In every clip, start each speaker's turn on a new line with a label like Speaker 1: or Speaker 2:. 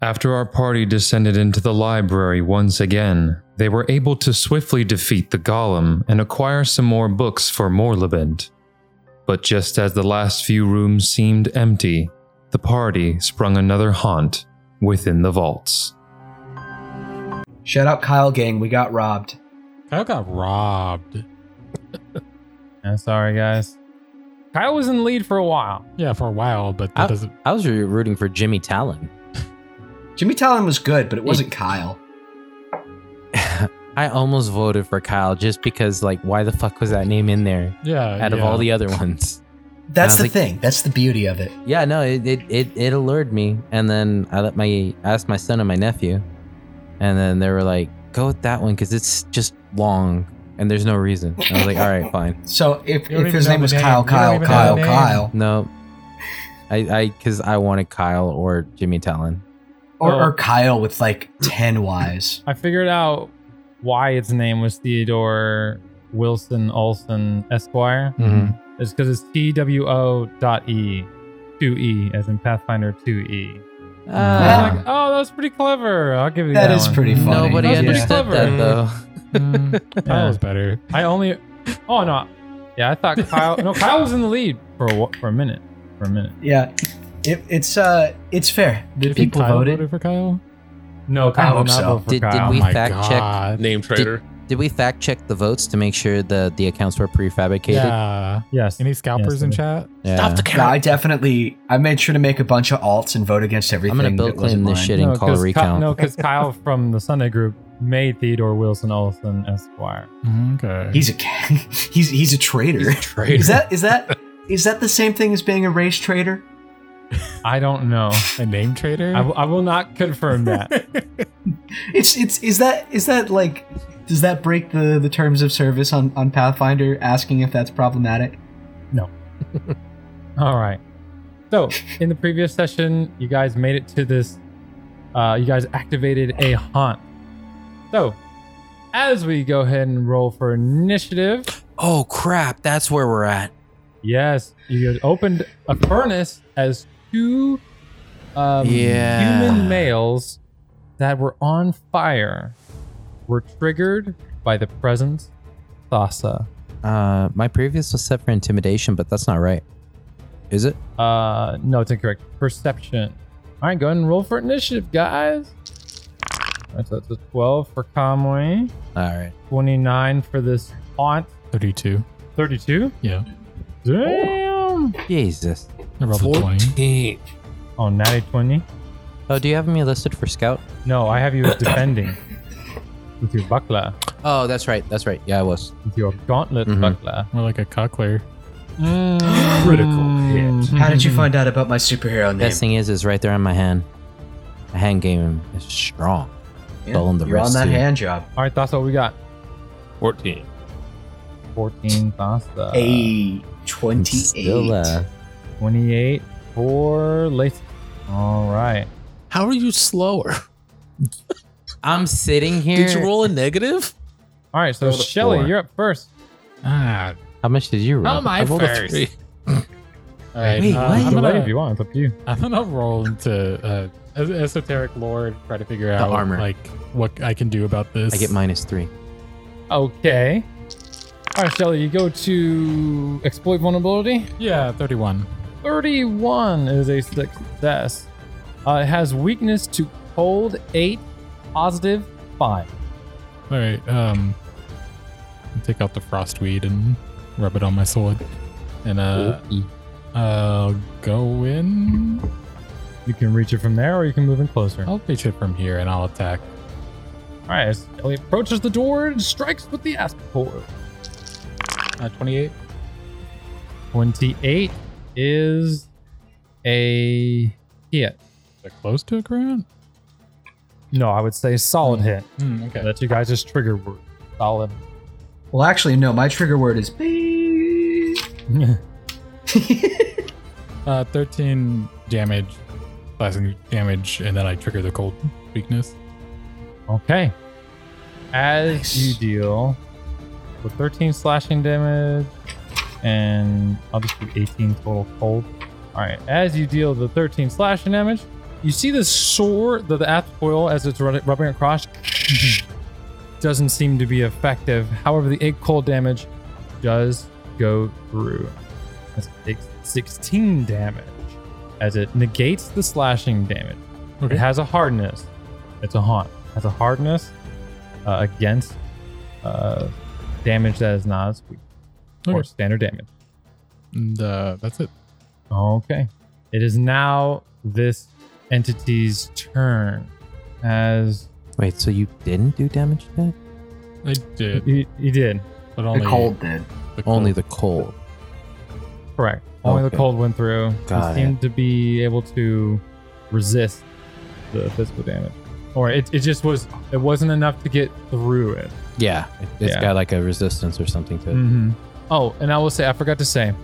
Speaker 1: After our party descended into the library once again, they were able to swiftly defeat the golem and acquire some more books for Morlabent. But just as the last few rooms seemed empty, the party sprung another haunt within the vaults.
Speaker 2: Shout out Kyle Gang, we got robbed.
Speaker 3: Kyle got robbed.
Speaker 4: I'm sorry, guys. Kyle was in the lead for a while.
Speaker 3: Yeah, for a while, but that doesn't.
Speaker 5: I was re- rooting for Jimmy Talon.
Speaker 2: Jimmy Talon was good, but it wasn't Kyle.
Speaker 5: I almost voted for Kyle just because, like, why the fuck was that name in there
Speaker 3: Yeah,
Speaker 5: out of
Speaker 3: yeah.
Speaker 5: all the other ones?
Speaker 2: That's the
Speaker 5: like-
Speaker 2: thing. That's the beauty of it.
Speaker 5: Yeah, no, it it, it it allured me, and then I let my I asked my son and my nephew, and then they were like, "Go with that one because it's just long and there's no reason." I was like, "All right, fine."
Speaker 2: So if,
Speaker 3: You don't
Speaker 2: if his
Speaker 3: even know
Speaker 2: name
Speaker 3: the
Speaker 2: was
Speaker 3: name.
Speaker 2: Kyle,
Speaker 3: You don't
Speaker 2: Kyle,
Speaker 3: even know the
Speaker 2: Kyle,
Speaker 3: name.
Speaker 2: Kyle,
Speaker 5: No, I I because I wanted Kyle or Jimmy Talon.
Speaker 2: or,
Speaker 4: Oh.
Speaker 2: or Kyle with like ten Ys.
Speaker 4: I figured out why its name was Theodore Wilson Olson Esquire.
Speaker 5: Mm-hmm.
Speaker 4: It's because it's T W O dot E, two E, as in Pathfinder two E.
Speaker 5: Ah,
Speaker 2: Yeah.
Speaker 4: like, oh, that was pretty clever. I'll give you that.
Speaker 2: That Um, is
Speaker 4: one.
Speaker 2: pretty funny.
Speaker 5: Mm, nobody
Speaker 4: That's
Speaker 2: yeah.
Speaker 5: understood
Speaker 4: pretty clever.
Speaker 5: that though.
Speaker 4: Mm, Kyle was better. I only. Oh no. Yeah, I thought Kyle. no, Kyle was in the lead for a, wh- for a minute. For a minute.
Speaker 2: Yeah, it, it's uh, it's fair. The
Speaker 3: You think
Speaker 2: people
Speaker 3: Kyle
Speaker 2: voted.
Speaker 3: for Kyle. Oh
Speaker 4: No, Kyle
Speaker 2: hope
Speaker 4: did not
Speaker 2: so.
Speaker 4: vote for
Speaker 5: Did- did
Speaker 4: Kyle.
Speaker 5: we
Speaker 3: my
Speaker 5: fact check-
Speaker 3: God.
Speaker 6: Name traitor.
Speaker 5: Did we fact check the votes to make sure the the accounts were prefabricated?
Speaker 3: Yeah.
Speaker 4: Yes.
Speaker 3: Any scalpers
Speaker 4: Yes,
Speaker 3: in
Speaker 4: I-
Speaker 3: chat?
Speaker 5: Yeah.
Speaker 2: Yeah, I definitely. I made sure to make a bunch of alts and vote against everything.
Speaker 5: I'm gonna
Speaker 2: that
Speaker 5: Bill
Speaker 2: wasn't
Speaker 5: Clinton this
Speaker 2: mine.
Speaker 5: shit and call a
Speaker 4: 'cause Ky-
Speaker 5: recount.
Speaker 4: no, because Kyle from the Sunday group made Theodore Wilson Olson Esquire.
Speaker 3: Okay.
Speaker 2: He's a he's he's a traitor.
Speaker 6: traitor.
Speaker 2: Is that is that is that the same thing as being a race traitor?
Speaker 4: I don't know.
Speaker 3: a name trader.
Speaker 4: I, w- I will not confirm that.
Speaker 2: It's it's is that is that like does that break the the terms of service on on Pathfinder asking if that's problematic?
Speaker 4: All right. So, in the previous session, you guys made it to this. Uh, you guys activated a haunt. So, as we go ahead and roll for initiative,
Speaker 5: Oh crap! That's where we're at.
Speaker 4: Yes, you had opened a furnace as two um,
Speaker 5: Yeah.
Speaker 4: human males that were on fire were triggered by the presence of Thassa.
Speaker 5: Uh, my previous was set for intimidation, but that's not right. Is it?
Speaker 4: Uh, no, it's incorrect. Perception. All right, go ahead and roll for initiative, guys. All right, so that's a 12 for Conway,
Speaker 5: All right.
Speaker 4: 29 for this haunt,
Speaker 3: Thirty-two.
Speaker 4: 32.
Speaker 3: Yeah.
Speaker 4: Damn.
Speaker 5: Jesus.
Speaker 3: I rolled a twenty.
Speaker 4: Oh, natty 20.
Speaker 5: Oh, do you have me listed for scout?
Speaker 4: No, I have you as defending with your buckler.
Speaker 5: Oh, that's right. That's right. Yeah, I was.
Speaker 4: with your gauntlet
Speaker 5: Mhm.
Speaker 4: buckler.
Speaker 3: More like a cockler.
Speaker 4: Critical hit.
Speaker 2: Mm. How did you find out about my superhero name?
Speaker 5: Best thing is, is right there on my hand. My hand game is strong.
Speaker 2: Yeah,
Speaker 5: Bone the
Speaker 2: You're on
Speaker 5: wrist,
Speaker 2: that
Speaker 5: too.
Speaker 2: hand job.
Speaker 4: All right, that's what we got.
Speaker 6: 14.
Speaker 4: 14 Thasta.
Speaker 2: A
Speaker 5: Uh, I'm
Speaker 2: twenty-eight.
Speaker 5: Still, uh,
Speaker 4: 28 for Lace. All right.
Speaker 6: How are you slower?
Speaker 5: I'm sitting here.
Speaker 6: Did you roll a negative?
Speaker 4: All right, so
Speaker 6: Rolled a
Speaker 4: Shelly,
Speaker 6: four.
Speaker 4: you're up first.
Speaker 3: Ah.
Speaker 5: How much did you roll?
Speaker 3: How am I
Speaker 6: I rolled a
Speaker 3: first?
Speaker 6: three.
Speaker 3: All right.
Speaker 5: Wait,
Speaker 3: uh,
Speaker 5: what?
Speaker 3: I'm
Speaker 4: I'm
Speaker 3: gonna,
Speaker 4: if you want. It's up to you.
Speaker 3: I'm gonna roll into uh, es- esoteric lore and try to figure out
Speaker 5: armor.
Speaker 3: like what I can do about this.
Speaker 5: I get minus three.
Speaker 4: Okay. All right, Shelly, you go to exploit vulnerability.
Speaker 3: Yeah, thirty-one.
Speaker 4: 31 is a success. Uh, it has weakness to cold 8, positive 5.
Speaker 3: All right. Um, take out the frostweed and rub it on my sword, and uh, I'll go in.
Speaker 4: You can reach it from there or you can move in closer.
Speaker 3: I'll reach it from here and I'll attack.
Speaker 4: All right, as Ellie approaches the door and strikes with the asp cord.
Speaker 3: Uh, Twenty-eight.
Speaker 4: 28 is a hit.
Speaker 3: Is that close to a grant?
Speaker 4: No, I would say solid hit.
Speaker 3: Hmm, okay.
Speaker 4: That's you guys' just trigger word. Solid.
Speaker 2: Well, actually, no. My trigger word is beep.
Speaker 3: Uh, 13 damage, slashing damage, and then I trigger the cold weakness.
Speaker 4: okay. As
Speaker 2: Nice.
Speaker 4: you deal with 13 slashing damage, and I'll just do 18 total cold. All right, as you deal the 13 slashing damage, You see the sword, the, the aft foil as it's running, rubbing across, doesn't seem to be effective. However, the eight cold damage does go through. That's six- 16 damage as it negates the slashing damage. It has a hardness. It's a haunt. It has a hardness uh, against uh, damage that is not as weak or
Speaker 3: Okay.
Speaker 4: standard damage.
Speaker 3: And uh, that's it.
Speaker 4: Okay. It is now this entity's turn. As
Speaker 5: Wait, so you didn't do damage to that?
Speaker 3: I did,
Speaker 4: he, he did,
Speaker 3: but
Speaker 2: The
Speaker 3: only
Speaker 2: cold did.
Speaker 3: the cold.
Speaker 5: Only the cold.
Speaker 4: correct. Only the
Speaker 5: Okay.
Speaker 4: cold went through.
Speaker 5: Got
Speaker 4: he seemed to be able to resist the physical damage, or it, it just was it wasn't enough to get through it.
Speaker 5: Yeah, it's
Speaker 4: Yeah.
Speaker 5: got like a resistance or something to it.
Speaker 4: Mm-hmm. Oh, and I will say I forgot to say,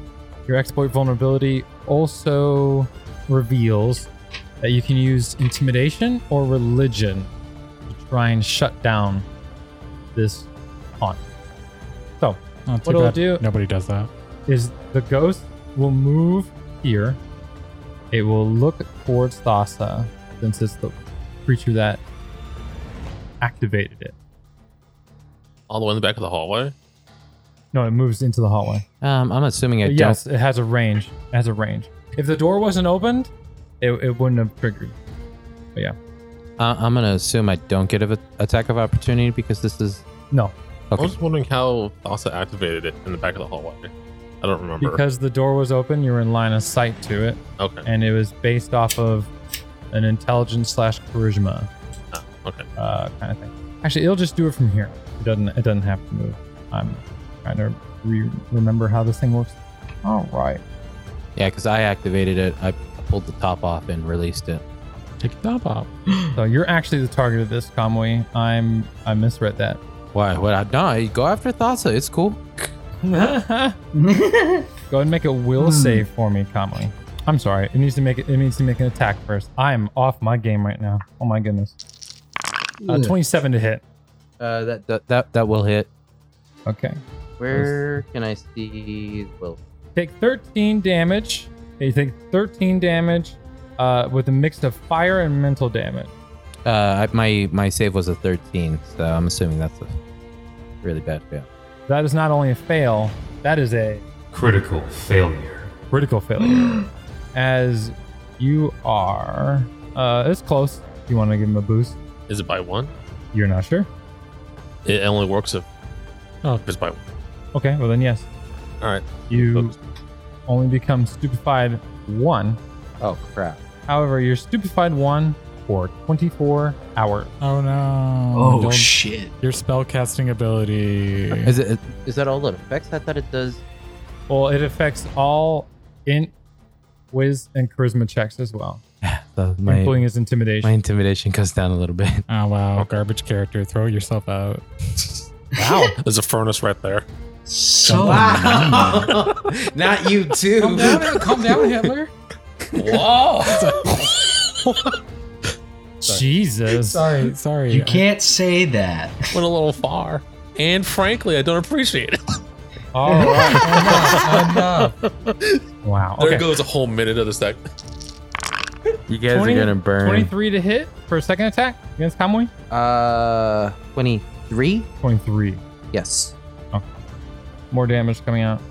Speaker 4: your exploit vulnerability also reveals that you can use intimidation or religion to try and shut down this haunt.
Speaker 3: Not too
Speaker 4: What it'll
Speaker 3: bad.
Speaker 4: do-
Speaker 3: Nobody does that.
Speaker 4: is the ghost will move here. It will look towards Thassa, since it's the creature that activated it.
Speaker 6: All the way in the back of the hallway.
Speaker 4: No, it moves into the hallway.
Speaker 5: Um, I'm assuming I
Speaker 4: But
Speaker 5: don't.
Speaker 4: yes, it has a range. It has a range. If the door wasn't opened, it, it wouldn't have triggered.
Speaker 5: I- uh, I'm gonna assume I don't get an attack of opportunity because this is
Speaker 4: No,
Speaker 5: Okay.
Speaker 6: I was just wondering how Thassa activated it in the back of the hallway. I don't remember.
Speaker 4: because the door was open, you were in line of sight to it,
Speaker 6: okay.
Speaker 4: and it was based off of an intelligence slash charisma.
Speaker 6: Ah, okay.
Speaker 4: uh, kind of thing. Actually, it'll just do it from here. It doesn't. It doesn't have to move. I'm trying to re- remember how this thing works. All right.
Speaker 5: yeah, because I activated it. I pulled the top off and released it.
Speaker 3: Take the top off.
Speaker 4: So you're actually the target of this, Conway. I'm. I misread that.
Speaker 5: Why? What? I, no, you go after Thassa. It's cool. Uh,
Speaker 4: Go
Speaker 2: Mm-hmm.
Speaker 4: ahead and make a will
Speaker 6: Hmm.
Speaker 4: save for me, Conway. I'm sorry. It needs to make it. It needs to make an attack first. I'm off my game right now. Oh my goodness. Uh, 27 to hit.
Speaker 5: Uh, that, that that that will hit.
Speaker 4: Okay.
Speaker 5: Where can I see Will?
Speaker 4: take 13 damage. You take 13 damage uh, with a mix of fire and mental damage.
Speaker 5: Uh, I, my my save was a 13, so I'm assuming that's a really bad fail.
Speaker 4: That is not only a fail, that is a
Speaker 1: Critical failure.
Speaker 4: critical failure. as you are, uh, it's close. You want to give him a boost?
Speaker 6: Is it by one?
Speaker 4: You're not sure.
Speaker 6: It only works if, if it's by one.
Speaker 4: Okay, well then yes.
Speaker 6: All right.
Speaker 4: You only become stupefied one.
Speaker 5: Oh crap!
Speaker 4: However, you're stupefied one for 24 hours.
Speaker 3: Oh no!
Speaker 2: Oh
Speaker 3: Don't-
Speaker 2: shit!
Speaker 3: Your spellcasting ability.
Speaker 5: Is it is that all it affects? I thought it does.
Speaker 4: Well, it affects all int, whiz, and charisma checks as well,
Speaker 5: So
Speaker 4: including
Speaker 5: uh, my
Speaker 4: his intimidation.
Speaker 5: my intimidation goes down a little bit.
Speaker 3: oh wow! Garbage character. Throw yourself out.
Speaker 6: Wow. There's a furnace right there.
Speaker 2: So
Speaker 5: Not you too.
Speaker 4: calm down, Hitler. Whoa. Jesus.
Speaker 3: sorry, sorry.
Speaker 2: you can't say that.
Speaker 6: Went a little far. And frankly, I don't appreciate it.
Speaker 4: All right. Enough. Enough. Wow.
Speaker 6: There
Speaker 4: Okay.
Speaker 6: goes a whole minute of this deck.
Speaker 5: You guys
Speaker 4: 20
Speaker 5: are gonna burn.
Speaker 4: 23 to hit for a second attack against Kamui.
Speaker 5: Uh, 23?
Speaker 4: 23.
Speaker 5: Yes.
Speaker 4: More damage coming out.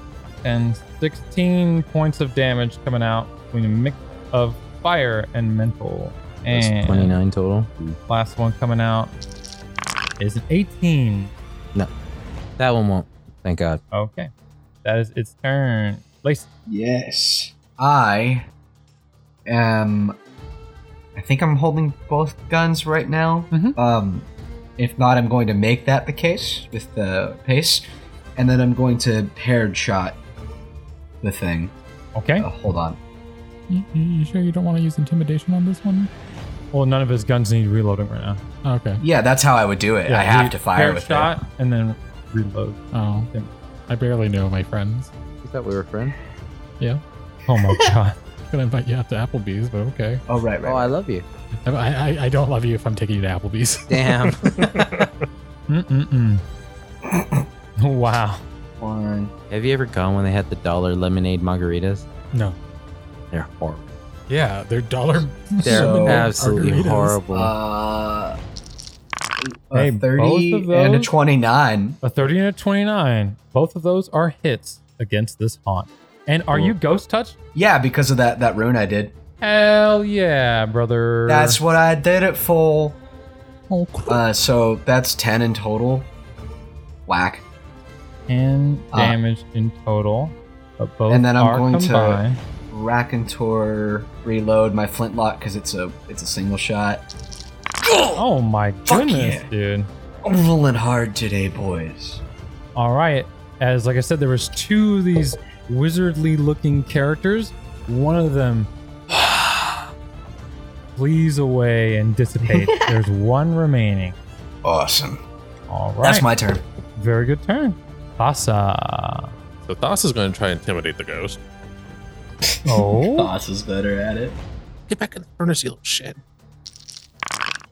Speaker 4: And 16 points of damage coming out between a mix of fire and mental. And
Speaker 5: 29 total.
Speaker 4: last one coming out is an 18.
Speaker 5: That one won't. Thank God.
Speaker 4: Okay. That is its turn. Lace.
Speaker 2: Yes. I am. I think I'm holding both guns right now.
Speaker 4: Mhm.
Speaker 2: Um, if not, I'm going to make that the case with the pace, and then I'm going to paired shot the thing.
Speaker 4: Okay.
Speaker 2: Uh, hold on.
Speaker 3: You, you- you sure you don't want to use intimidation on this one?
Speaker 4: Well, none of his guns need reloading right now.
Speaker 3: Okay.
Speaker 2: Yeah, that's how I would do it. I
Speaker 4: he-
Speaker 2: have to fire
Speaker 4: paired
Speaker 2: with it.
Speaker 4: shot and then reload.
Speaker 3: Oh, I barely know my friends.
Speaker 5: I thought we were friends.
Speaker 3: Yeah.
Speaker 4: Oh my god.
Speaker 3: Gonna invite you out to Applebee's, but okay.
Speaker 2: Oh right,
Speaker 5: Oh, I
Speaker 2: right.
Speaker 5: love you.
Speaker 3: I, I, I don't love you if I'm taking you to Applebee's.
Speaker 5: Damn.
Speaker 4: Mm-mm-mm. wow.
Speaker 2: One.
Speaker 5: Have you ever gone when they had the dollar lemonade margaritas?
Speaker 3: No.
Speaker 5: They're horrible.
Speaker 3: Yeah, they're dollar.
Speaker 5: They're
Speaker 2: So-
Speaker 5: absolutely
Speaker 3: margaritas.
Speaker 5: horrible.
Speaker 2: Uh, a
Speaker 4: Hey, both
Speaker 2: 30
Speaker 4: of
Speaker 2: and a
Speaker 4: those?
Speaker 2: 29.
Speaker 4: A 30 and a 29. Both of those are hits against this haunt. And are you ghost touched?
Speaker 2: Yeah, because of that, that rune I did.
Speaker 4: Hell yeah, brother.
Speaker 2: That's what I did it for.
Speaker 3: Oh, crap.
Speaker 2: Uh, so that's 10 in total. Whack.
Speaker 4: 10
Speaker 2: Ah.
Speaker 4: damage in total. But both
Speaker 2: And then I'm
Speaker 4: are
Speaker 2: going to-
Speaker 4: combined.
Speaker 2: Rakantor reload my flintlock because it's a it's a single shot.
Speaker 4: Oh my
Speaker 2: Fuck
Speaker 4: goodness,
Speaker 2: yeah.
Speaker 4: dude.
Speaker 2: I'm rolling hard today, boys.
Speaker 4: All right. As like I said, there was two of these wizardly looking characters. One of them flees away and dissipates. There's one remaining.
Speaker 2: Awesome.
Speaker 4: All right.
Speaker 2: That's my turn.
Speaker 4: very good turn. Thassa.
Speaker 6: So Thas is going to try and intimidate the ghost.
Speaker 4: Oh.
Speaker 2: Boss is better at it.
Speaker 6: Get back in the furnace, you little shit.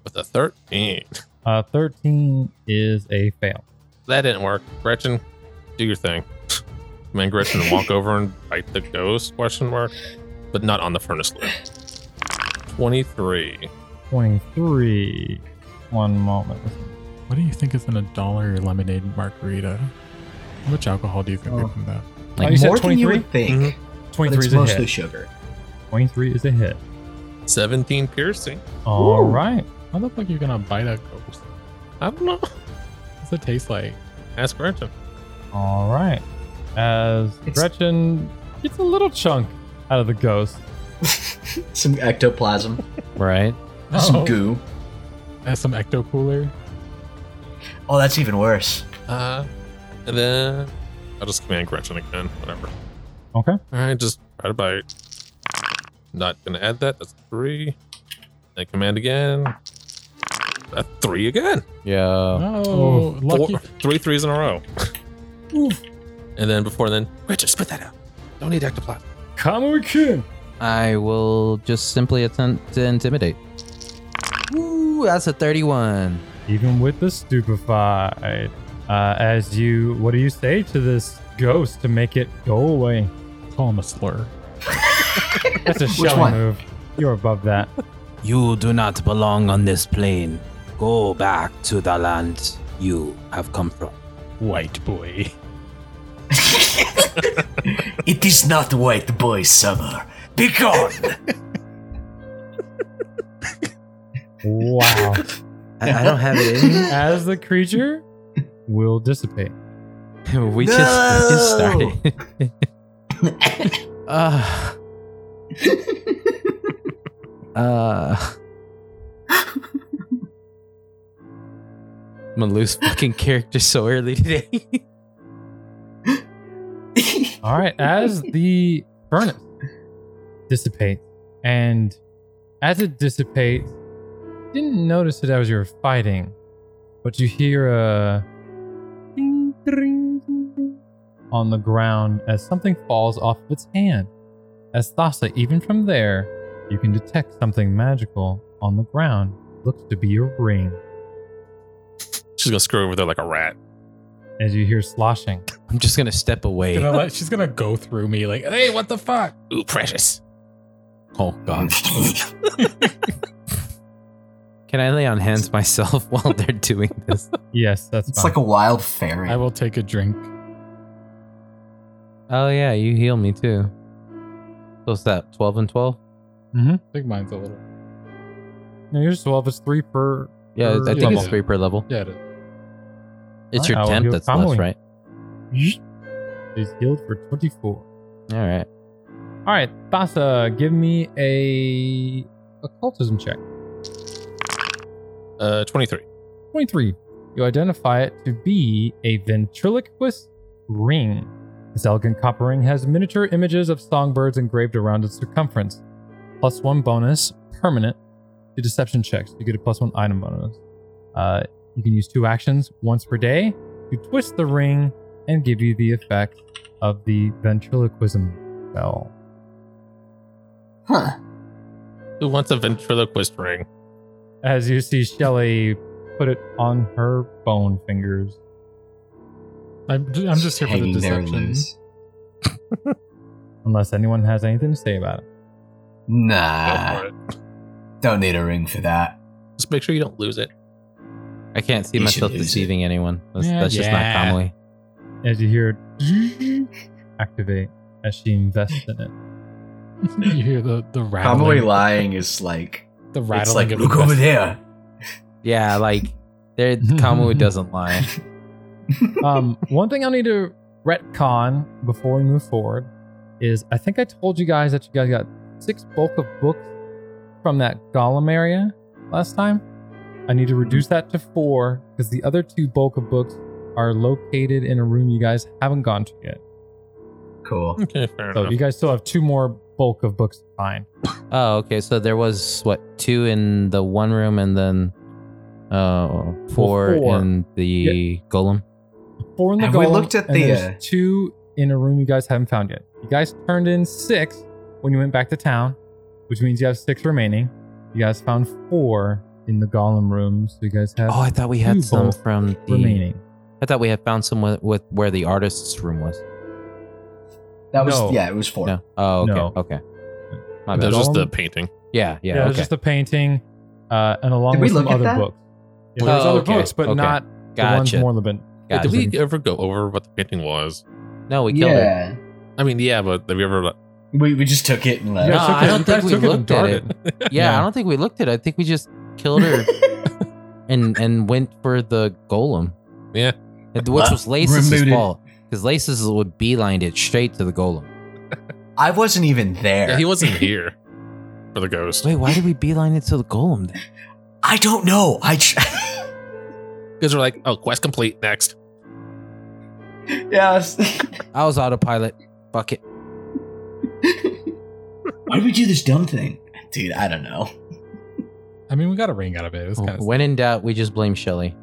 Speaker 6: With a 13.
Speaker 4: Uh, 13 is a fail.
Speaker 6: That didn't work. Gretchen, do your thing. Man, Gretchen, walk over and bite the ghost? Question mark. But not on the furnace lid. 23.
Speaker 4: 23. One moment.
Speaker 3: What do you think is in a dollar lemonade margarita? How much alcohol do you think
Speaker 2: Oh.
Speaker 3: they put in that?
Speaker 4: Oh, you said Mm-hmm.
Speaker 2: More than you
Speaker 4: 23?
Speaker 2: would think.
Speaker 6: Mhm.
Speaker 2: But
Speaker 4: 23
Speaker 2: it's
Speaker 4: is a
Speaker 2: mostly
Speaker 4: hit.
Speaker 2: sugar.
Speaker 4: 23 is a hit.
Speaker 6: 17 piercing.
Speaker 2: Ooh.
Speaker 4: All right.
Speaker 3: How the fuck are you gonna bite a ghost?
Speaker 6: I don't know.
Speaker 3: What's it taste like?
Speaker 6: Ask Gretchen.
Speaker 4: All right. As
Speaker 2: It's-
Speaker 4: Gretchen gets a little chunk out of the ghost.
Speaker 2: Some ectoplasm.
Speaker 5: Right?
Speaker 2: Some
Speaker 3: Oh.
Speaker 2: goo.
Speaker 3: That's some ecto cooler.
Speaker 2: Oh, that's even worse.
Speaker 6: Uh, and then I'll just command Gretchen again. Whatever.
Speaker 4: Okay.
Speaker 6: All right, just try to bite. Not gonna add that. That's three. Then command again. A three again.
Speaker 5: Yeah.
Speaker 3: Oh,
Speaker 6: Four,
Speaker 3: lucky.
Speaker 6: three threes in a row. And then before then, Gretchen, spit that out. Don't need ectoplasm.
Speaker 4: Come we can.
Speaker 5: I will just simply attempt to intimidate. Ooh, that's a 31.
Speaker 4: Even with the stupefied. Uh, as you, what do you say to this ghost to make it go away?
Speaker 3: Call him a slur.
Speaker 4: That's a
Speaker 2: one?
Speaker 4: shelling move. You're above that.
Speaker 5: You do not belong on this plane. Go back to the land you have come from.
Speaker 3: White boy.
Speaker 2: It is not white boy summer. Be gone.
Speaker 4: Wow.
Speaker 5: I, I don't have it in me.
Speaker 4: as the creature will dissipate.
Speaker 5: we
Speaker 2: just- we just No!
Speaker 5: uh, uh, I'm gonna lose fucking character so early today.
Speaker 4: All right, as the furnace dissipates, and as it dissipates, didn't notice it as you were fighting, but you hear a ding, ding, ding, ding on the ground as something falls off of its hand. As Thassa, even from there, you can detect something magical on the ground. Looks to be a ring.
Speaker 6: She's gonna screw over there like a rat.
Speaker 4: As you hear sloshing,
Speaker 5: I'm just gonna step away.
Speaker 3: Gonna let- she's gonna go through me like, hey, what the fuck?
Speaker 6: Ooh, precious.
Speaker 5: Oh god. Can I lay on hands myself while they're doing this?
Speaker 4: yes, that's
Speaker 2: it's
Speaker 4: fine.
Speaker 2: like a wild fairy.
Speaker 3: I will take a drink.
Speaker 5: Oh yeah, you heal me too. What's that? Twelve and twelve?
Speaker 3: I think mine's a little.
Speaker 4: no, you're twelve. It's three per.
Speaker 5: Uh, Yeah, I
Speaker 4: Per
Speaker 5: think it's
Speaker 3: level.
Speaker 5: three per level.
Speaker 3: Yeah, it is.
Speaker 5: It's
Speaker 4: Alright,
Speaker 5: your
Speaker 4: I will
Speaker 5: temp
Speaker 4: heal
Speaker 5: that's
Speaker 4: commonly.
Speaker 5: left, right?
Speaker 4: He's healed for twenty-four.
Speaker 5: All right.
Speaker 4: All right, Thassa, give me a occultism check.
Speaker 6: Uh, 23.
Speaker 4: 23. You identify it to be a ventriloquist ring. This elegant copper ring has miniature images of songbirds engraved around its circumference. Plus one bonus, permanent, to deception checks. You get a plus one item bonus. Uh, you can use two actions once per day to twist the ring and give you the effect of the ventriloquism spell.
Speaker 2: huh.
Speaker 6: Who wants a ventriloquist ring?
Speaker 4: as you see Shelly put it on her bone fingers.
Speaker 3: I'm, ju- I'm just here for the
Speaker 2: Hanging there
Speaker 3: deception.
Speaker 2: loose.
Speaker 4: Unless anyone has anything to say about it.
Speaker 6: Go
Speaker 2: Nah,
Speaker 6: for it.
Speaker 2: don't need a ring for that.
Speaker 6: Just make sure you don't lose it.
Speaker 5: I can't see
Speaker 2: You should
Speaker 5: myself
Speaker 2: lose it.
Speaker 5: deceiving anyone. That's,
Speaker 3: Yeah,
Speaker 5: that's just not
Speaker 3: yeah.
Speaker 5: Kamui.
Speaker 4: As you hear it activate as she invests in it.
Speaker 3: you hear the the
Speaker 2: Probably
Speaker 3: rattling,
Speaker 2: lying is like
Speaker 3: the
Speaker 2: it's
Speaker 3: rattling
Speaker 2: like
Speaker 3: of
Speaker 2: look
Speaker 3: the
Speaker 2: over
Speaker 3: vest-
Speaker 2: there.
Speaker 5: Yeah, like there Kamui doesn't lie.
Speaker 4: Um, one thing I'll need to retcon before we move forward is I think I told you guys that you guys got six bulk of books from that golem area last time. I need to reduce that to four because the other two bulk of books are located in a room you guys haven't gone to yet.
Speaker 2: Cool.
Speaker 6: Okay, fair
Speaker 4: So
Speaker 6: enough.
Speaker 4: Oh, you guys still have two more bulk of books to find.
Speaker 5: Oh, okay. So there was what two in the one room, and then uh, four,
Speaker 4: four.
Speaker 5: in the golem.
Speaker 4: Four in the
Speaker 2: Have we
Speaker 4: golem,
Speaker 2: looked at
Speaker 4: and
Speaker 2: the,
Speaker 4: there's
Speaker 2: uh,
Speaker 4: two in a room you guys haven't found yet. You guys turned in six when you went back to town, which means you have six remaining. You guys found four in the golem room, so you guys have
Speaker 5: Oh, I thought we
Speaker 4: two
Speaker 5: had some
Speaker 4: bulk
Speaker 5: from the.
Speaker 4: remaining.
Speaker 5: I thought we had found some with, with where the artist's room was.
Speaker 2: That was
Speaker 4: No.
Speaker 2: yeah, it was four.
Speaker 5: No. Oh, okay.
Speaker 4: No.
Speaker 5: Okay. My
Speaker 6: That
Speaker 5: bad.
Speaker 6: was just the
Speaker 4: golem-
Speaker 6: painting.
Speaker 5: Yeah. Yeah.
Speaker 4: Yeah, it was
Speaker 5: okay.
Speaker 4: just a painting, uh, and along
Speaker 2: Did we
Speaker 4: with some
Speaker 2: look at
Speaker 4: other
Speaker 2: that?
Speaker 4: books. Yeah, there's
Speaker 5: Oh,
Speaker 4: other
Speaker 5: okay,
Speaker 4: books, but
Speaker 5: okay.
Speaker 4: not the
Speaker 5: gotcha.
Speaker 4: ones Morlabin.
Speaker 6: Wait,
Speaker 5: gotcha.
Speaker 6: did we ever go over what the painting was?
Speaker 5: no, we killed it.
Speaker 2: yeah,
Speaker 6: I mean, yeah, but have you ever? like-
Speaker 2: we, we just took it and left.
Speaker 5: No,
Speaker 4: Yeah,
Speaker 5: I don't think we looked at it. Yeah,
Speaker 4: Yeah.
Speaker 5: I don't think we looked at it. I think we just killed her and and went for the golem.
Speaker 6: Yeah.
Speaker 5: And- Which was Laces'
Speaker 2: Removed it.
Speaker 5: fault. Because Laces would beeline it straight to the golem.
Speaker 2: I wasn't even there.
Speaker 6: Yeah, he wasn't here for the ghost
Speaker 5: Wait, why did we beeline it to the golem then?
Speaker 2: I don't know. I tr-
Speaker 6: because we're like, oh, quest complete. Next,
Speaker 2: yes.
Speaker 5: I was autopilot. Fuck it.
Speaker 2: Why did we do this dumb thing, dude? I don't know.
Speaker 3: I mean, we got a ring out of it. It's kind of.
Speaker 5: When in doubt, we just blame Shelly.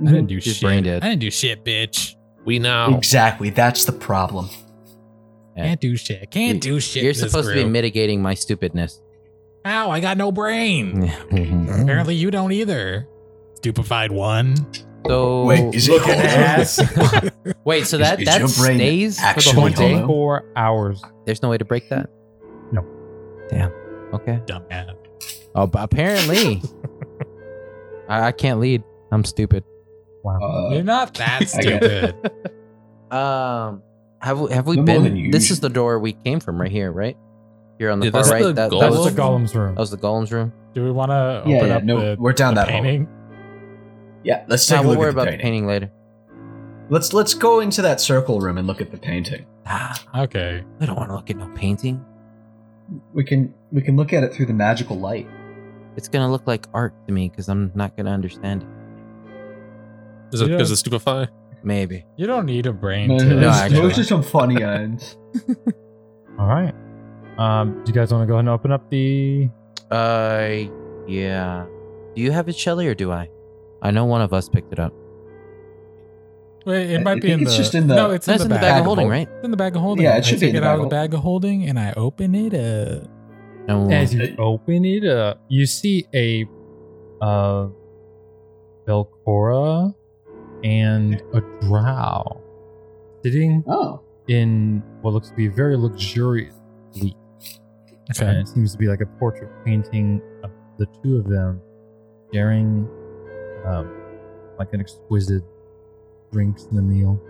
Speaker 3: I didn't do
Speaker 5: She's
Speaker 3: shit.
Speaker 5: brain dead.
Speaker 3: I didn't do shit, bitch.
Speaker 6: we know.
Speaker 2: Exactly. That's the problem.
Speaker 5: Yeah.
Speaker 3: Can't do shit. Can't
Speaker 5: You-
Speaker 3: do shit.
Speaker 5: You're
Speaker 3: in this
Speaker 5: supposed to be
Speaker 3: group.
Speaker 5: mitigating my stupidness.
Speaker 3: Ow! I got no brain.
Speaker 2: Mm-hmm.
Speaker 5: so
Speaker 3: Apparently, you don't either. Stupefied one. Oh,
Speaker 2: Wait, is it
Speaker 4: Look at
Speaker 2: hollow?
Speaker 4: ass.
Speaker 5: wait, so
Speaker 2: is-
Speaker 5: that
Speaker 2: is
Speaker 5: that
Speaker 2: your brain
Speaker 5: stays for the
Speaker 2: actually
Speaker 5: whole
Speaker 2: hollow?
Speaker 5: day?
Speaker 4: Four hours.
Speaker 5: There's no way to break that.
Speaker 4: No.
Speaker 5: Damn. Okay.
Speaker 3: Dumbass.
Speaker 5: Oh, but apparently, I, I can't lead. I'm stupid.
Speaker 3: You're
Speaker 2: Uh,
Speaker 3: not that
Speaker 2: I got
Speaker 3: stupid.
Speaker 5: Um, have we, have we
Speaker 2: No more than
Speaker 5: been?
Speaker 2: you
Speaker 5: This
Speaker 2: should.
Speaker 5: is the door we came from, right here, right? Here on the
Speaker 6: Yeah,
Speaker 5: far
Speaker 6: that's
Speaker 5: right.
Speaker 6: the
Speaker 5: that, that
Speaker 6: golem.
Speaker 5: was
Speaker 4: That's
Speaker 5: the,
Speaker 4: the golem's room.
Speaker 5: that was the golem's room.
Speaker 3: do we want to
Speaker 2: yeah,
Speaker 3: open
Speaker 2: yeah,
Speaker 3: up
Speaker 2: no,
Speaker 3: the,
Speaker 2: we're down
Speaker 3: the
Speaker 2: that hole.
Speaker 3: painting?
Speaker 2: Yeah, let's take
Speaker 5: Nah,
Speaker 2: a
Speaker 5: we'll
Speaker 2: look
Speaker 5: worry
Speaker 2: at the
Speaker 5: about
Speaker 2: painting.
Speaker 5: the painting later.
Speaker 2: Let's let's go into that circle room and look at the painting.
Speaker 5: Ah,
Speaker 3: Okay.
Speaker 5: we don't want to look at no painting.
Speaker 2: We can we can look at it through the magical light.
Speaker 5: It's gonna look like art to me because I'm not gonna understand it.
Speaker 6: Is it
Speaker 3: Yeah.
Speaker 6: because of stupefy?
Speaker 5: Maybe.
Speaker 3: You don't need a brain.
Speaker 2: No,
Speaker 3: to
Speaker 2: no,
Speaker 5: No,
Speaker 2: no,
Speaker 5: actually.
Speaker 2: those are some funny ends.
Speaker 4: All right. Um, do you guys want to go ahead and open up the?
Speaker 5: Uh, yeah. Do you have it, Shelly, or do I? I know one of us picked it up.
Speaker 3: Wait, it
Speaker 2: I-
Speaker 3: might
Speaker 2: I
Speaker 3: be in
Speaker 2: think
Speaker 3: the.
Speaker 2: it's just in the-
Speaker 3: No, it's in,
Speaker 5: That's
Speaker 3: the, bag.
Speaker 5: of holding, right?
Speaker 3: It's in the bag of holding.
Speaker 2: Yeah, it
Speaker 3: I
Speaker 2: should be
Speaker 3: take
Speaker 2: in the
Speaker 3: it out
Speaker 2: bag
Speaker 3: of the
Speaker 2: of-
Speaker 3: bag of holding, and I open it uh, up.
Speaker 5: And we'll-
Speaker 4: As you open it up, you see a, uh, Belcora, and a Drow, sitting
Speaker 2: Oh,
Speaker 4: in what looks to be a very luxurious. And
Speaker 3: Okay.
Speaker 4: it seems to be like a portrait painting of the two of them, sharing, um, like an exquisite drinks and a meal.